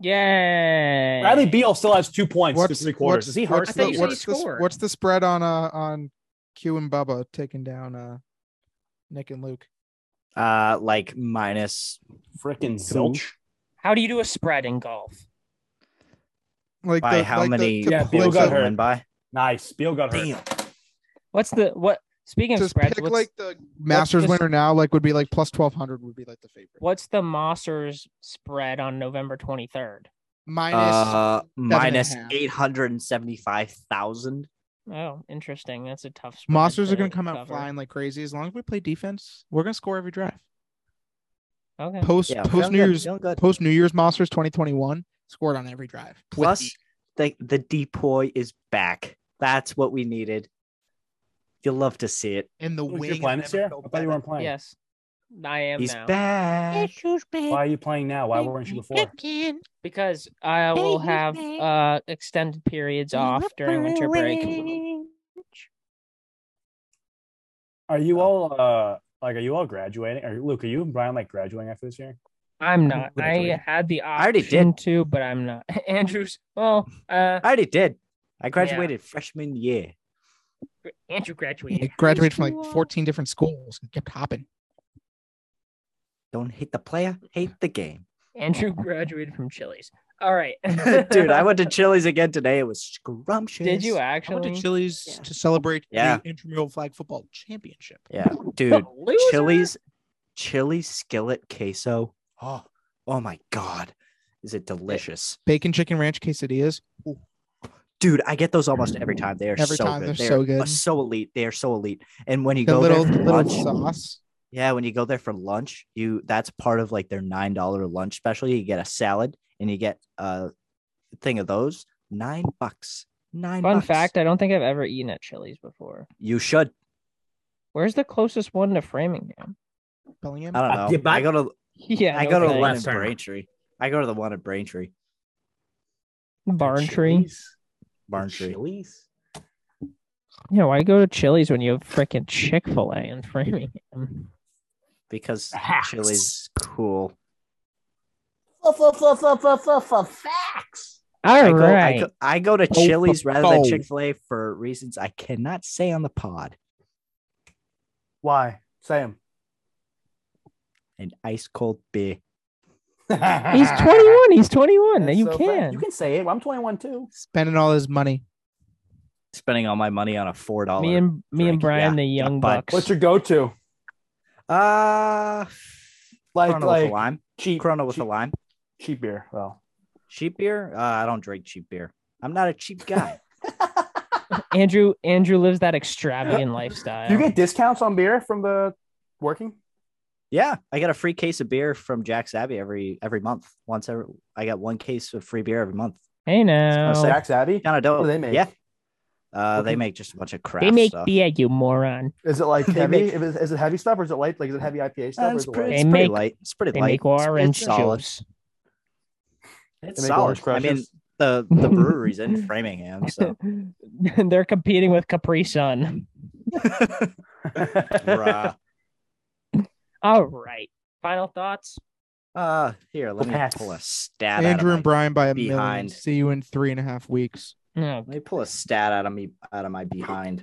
Speaker 1: Yay.
Speaker 4: Bradley Beal still has two points through
Speaker 2: What's-
Speaker 4: three quarters.
Speaker 2: what's-
Speaker 4: Is he
Speaker 2: what's
Speaker 4: hurt?
Speaker 1: I thought you
Speaker 4: still?
Speaker 1: said he
Speaker 2: what's, the,
Speaker 1: scored.
Speaker 2: what's the spread on uh on Q and Bubba taking down uh Nick and Luke?
Speaker 3: Uh, like minus.
Speaker 4: Freaking zilch.
Speaker 1: How do you do a spread in golf?
Speaker 2: Like
Speaker 3: By
Speaker 2: the,
Speaker 3: how
Speaker 2: like the-
Speaker 3: many
Speaker 2: to
Speaker 4: Yeah,
Speaker 2: pl-
Speaker 4: Beal
Speaker 3: points
Speaker 4: got
Speaker 3: they
Speaker 2: to,
Speaker 4: hurt.
Speaker 3: win by?
Speaker 4: Nice. Beal got hurt.
Speaker 1: What's the what? Speaking of
Speaker 2: to
Speaker 1: spreads,
Speaker 2: pick
Speaker 1: what's,
Speaker 2: like the Masters
Speaker 1: this-
Speaker 2: winner now like would be like plus twelve hundred would be like the favorite.
Speaker 1: what's the Mossers spread on November twenty third?
Speaker 2: Minus
Speaker 3: Uh,
Speaker 2: and a
Speaker 3: minus
Speaker 2: half.
Speaker 3: eight hundred and seventy-five thousand.
Speaker 1: Oh, interesting. That's a tough. spread
Speaker 2: Monsters
Speaker 1: to
Speaker 2: are gonna come out
Speaker 1: cover.
Speaker 2: flying like crazy. As long as we play defense, we're gonna score every drive.
Speaker 1: Okay.
Speaker 2: Post
Speaker 3: Yeah,
Speaker 2: post
Speaker 3: feeling
Speaker 2: New
Speaker 3: good,
Speaker 2: Year's
Speaker 3: feeling good.
Speaker 2: post New Year's Monsters 2021 scored on every drive. With
Speaker 3: Plus,
Speaker 2: heat.
Speaker 3: the the depoy is back. That's what we needed. You'll love to see it.
Speaker 2: and the
Speaker 4: Was
Speaker 2: wing.
Speaker 4: your
Speaker 2: I
Speaker 4: plan this year? I
Speaker 2: never felt
Speaker 4: thought you
Speaker 2: better.
Speaker 4: weren't playing.
Speaker 1: Yes, I am
Speaker 3: He's
Speaker 1: now
Speaker 3: back.
Speaker 4: Why are you playing now? Why weren't you before?
Speaker 1: because I will have uh extended periods off during winter break.
Speaker 4: Are you all uh like are you all graduating? Are Luke, are you and Brian like graduating after this year?
Speaker 1: I'm not. I
Speaker 4: Literally.
Speaker 1: had the option
Speaker 3: I already did.
Speaker 1: to, but I'm not. Andrews. Well, uh,
Speaker 3: I already did. I graduated freshman year.
Speaker 1: Andrew
Speaker 2: I
Speaker 1: graduated.
Speaker 2: graduated from like 14 different schools and kept hopping.
Speaker 3: Don't hate the player, hate the game.
Speaker 1: Andrew graduated from Chili's. All right,
Speaker 3: Dude, I went to Chili's again today. It was scrumptious.
Speaker 1: Did you
Speaker 2: I went to
Speaker 1: actually?
Speaker 2: Chili's
Speaker 6: Yeah.
Speaker 2: to celebrate
Speaker 3: Yeah.
Speaker 2: the intramural flag football championship.
Speaker 3: Yeah, dude.
Speaker 1: Loser.
Speaker 3: Chili's, Chili's skillet queso. Oh, oh my god, is it delicious,
Speaker 2: Bacon chicken ranch quesadillas.
Speaker 3: dude? I get those almost every time. They are
Speaker 2: Every
Speaker 3: so
Speaker 2: time,
Speaker 3: good.
Speaker 2: they're
Speaker 3: They
Speaker 2: so
Speaker 3: are
Speaker 2: good.
Speaker 3: so elite. They are so elite. And when you
Speaker 2: The
Speaker 3: go
Speaker 2: little
Speaker 3: there for
Speaker 2: little
Speaker 3: lunch,
Speaker 2: sauce.
Speaker 3: yeah, when you go there for lunch, you that's part of like their nine dollar lunch special. You get a salad and you get a thing of those. Nine bucks. Nine.
Speaker 1: Fun
Speaker 3: bucks.
Speaker 1: fact: I don't think I've ever eaten at Chili's before.
Speaker 3: You should.
Speaker 1: Where's the closest one to Framingham?
Speaker 2: Bellingham.
Speaker 3: I don't know.
Speaker 4: Uh, get
Speaker 3: I go to
Speaker 1: Yeah,
Speaker 3: I
Speaker 1: no
Speaker 3: go to the
Speaker 1: thanks.
Speaker 3: one in
Speaker 4: Left turn.
Speaker 3: Braintree. I go to the one in Braintree.
Speaker 1: Barn Tree.
Speaker 4: Chili's?
Speaker 3: Barntree.
Speaker 4: Chili's?
Speaker 1: Yeah, why go to Chili's when you have freaking Chick Fil A in Framingham?
Speaker 3: Because
Speaker 4: Hacks.
Speaker 3: Chili's cool.
Speaker 7: f- f- f- f- f- f- f- facts.
Speaker 1: All
Speaker 3: I
Speaker 1: right,
Speaker 3: go, I, go, I go to Chili's rather than
Speaker 2: oh.
Speaker 3: Chick fil A for reasons I cannot say on the pod.
Speaker 4: Why? Sam.
Speaker 3: An ice cold beer.
Speaker 1: He's 21. He's 21.
Speaker 7: That's
Speaker 1: you
Speaker 7: so funny.
Speaker 1: can.
Speaker 4: You can say it. I'm 21 too.
Speaker 2: Spending all his money.
Speaker 3: Spending all my money on a four dollar.
Speaker 1: me and me and
Speaker 3: drink.
Speaker 1: Brian,
Speaker 3: Yeah,
Speaker 1: the young
Speaker 3: yeah, bud.
Speaker 1: bucks.
Speaker 4: What's your go-to?
Speaker 3: uh
Speaker 4: Like
Speaker 3: Corona with
Speaker 4: like
Speaker 3: a lime.
Speaker 4: cheap
Speaker 3: Corona with
Speaker 4: cheap,
Speaker 3: a lime.
Speaker 4: cheap beer. Well,
Speaker 3: Cheap beer? Uh, I don't drink cheap beer. I'm not a cheap guy.
Speaker 1: Andrew Andrew lives that extravagant lifestyle.
Speaker 4: do you get discounts on beer from the working?
Speaker 3: yeah, I get a free case of beer from Jack's Abbey every every month. Once every, I got one case of free beer every month.
Speaker 1: hey now,
Speaker 3: Say-
Speaker 4: Jack's Abbey.
Speaker 3: Kind of dope.
Speaker 4: do Oh, they make?
Speaker 3: Yeah. Uh,
Speaker 4: What
Speaker 3: they
Speaker 4: do-
Speaker 3: make just a bunch of crap
Speaker 1: they make
Speaker 3: stuff.
Speaker 1: beer, you moron.
Speaker 7: Is it like
Speaker 3: They
Speaker 7: heavy?
Speaker 3: make-
Speaker 7: Is, is it heavy stuff or is it light? Like is it heavy IPA stuff?
Speaker 3: Uh,
Speaker 7: or
Speaker 3: it's
Speaker 7: is it light?
Speaker 3: pretty,
Speaker 1: They
Speaker 3: it's pretty
Speaker 1: make-
Speaker 3: light. It's pretty
Speaker 1: They
Speaker 3: light.
Speaker 1: make
Speaker 3: It's- it's
Speaker 1: orange
Speaker 3: solid.
Speaker 1: juice.
Speaker 4: They
Speaker 3: It's
Speaker 4: make
Speaker 3: solid.
Speaker 4: orange
Speaker 3: I mean,
Speaker 4: crushes?
Speaker 3: the the brewery's in Framingham, so
Speaker 1: They're competing with Capri Sun.
Speaker 3: Bruh.
Speaker 1: All right. Final thoughts.
Speaker 3: uh, here let me
Speaker 4: Pass.
Speaker 3: pull a stat. out of
Speaker 2: Andrew
Speaker 3: my-
Speaker 2: and Brian by a million.
Speaker 3: behind.
Speaker 2: See you in three and a half weeks.
Speaker 1: No,
Speaker 3: Let me pull a stat out of me out of my behind.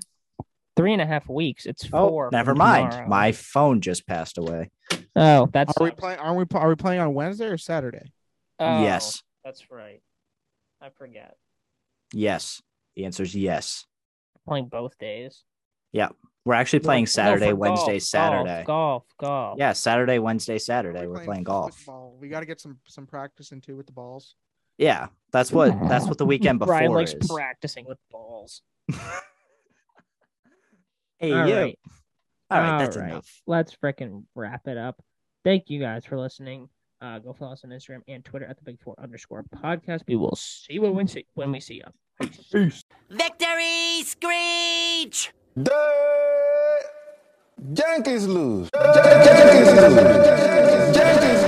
Speaker 1: three and a half weeks. It's
Speaker 3: Oh,
Speaker 1: four.
Speaker 3: never
Speaker 1: from
Speaker 3: mind.
Speaker 1: tomorrow.
Speaker 3: My phone just passed away.
Speaker 1: Oh, that's
Speaker 2: Are we playing? Are we pl- are we playing on Wednesday or Saturday?
Speaker 1: Oh,
Speaker 3: Yes.
Speaker 1: that's right. I forget.
Speaker 3: Yes. The answer is yes.
Speaker 1: Playing both days.
Speaker 3: We're actually playing
Speaker 1: No, for
Speaker 3: Saturday,
Speaker 1: golf,
Speaker 3: Wednesday,
Speaker 1: golf,
Speaker 3: Saturday.
Speaker 1: Golf, golf.
Speaker 3: Yeah, Saturday, Wednesday,
Speaker 2: Are
Speaker 3: Saturday.
Speaker 2: we
Speaker 3: We're playing
Speaker 2: football?
Speaker 3: golf.
Speaker 2: We got to get some some practice into with the balls.
Speaker 3: Yeah, that's what that's what the weekend before
Speaker 1: Brian likes
Speaker 3: is.
Speaker 1: practicing with balls.
Speaker 3: hey,
Speaker 1: All
Speaker 3: you.
Speaker 1: right.
Speaker 3: All right, that's
Speaker 1: All right.
Speaker 3: enough.
Speaker 1: let's frickin' wrap it up. Thank you guys for listening. Uh, go follow us on Instagram and Twitter at the Big Four underscore podcast. We will see you when we see when we see you.
Speaker 5: Victory screech!
Speaker 8: The Yankees lose. Yankees lose. Yankees lose.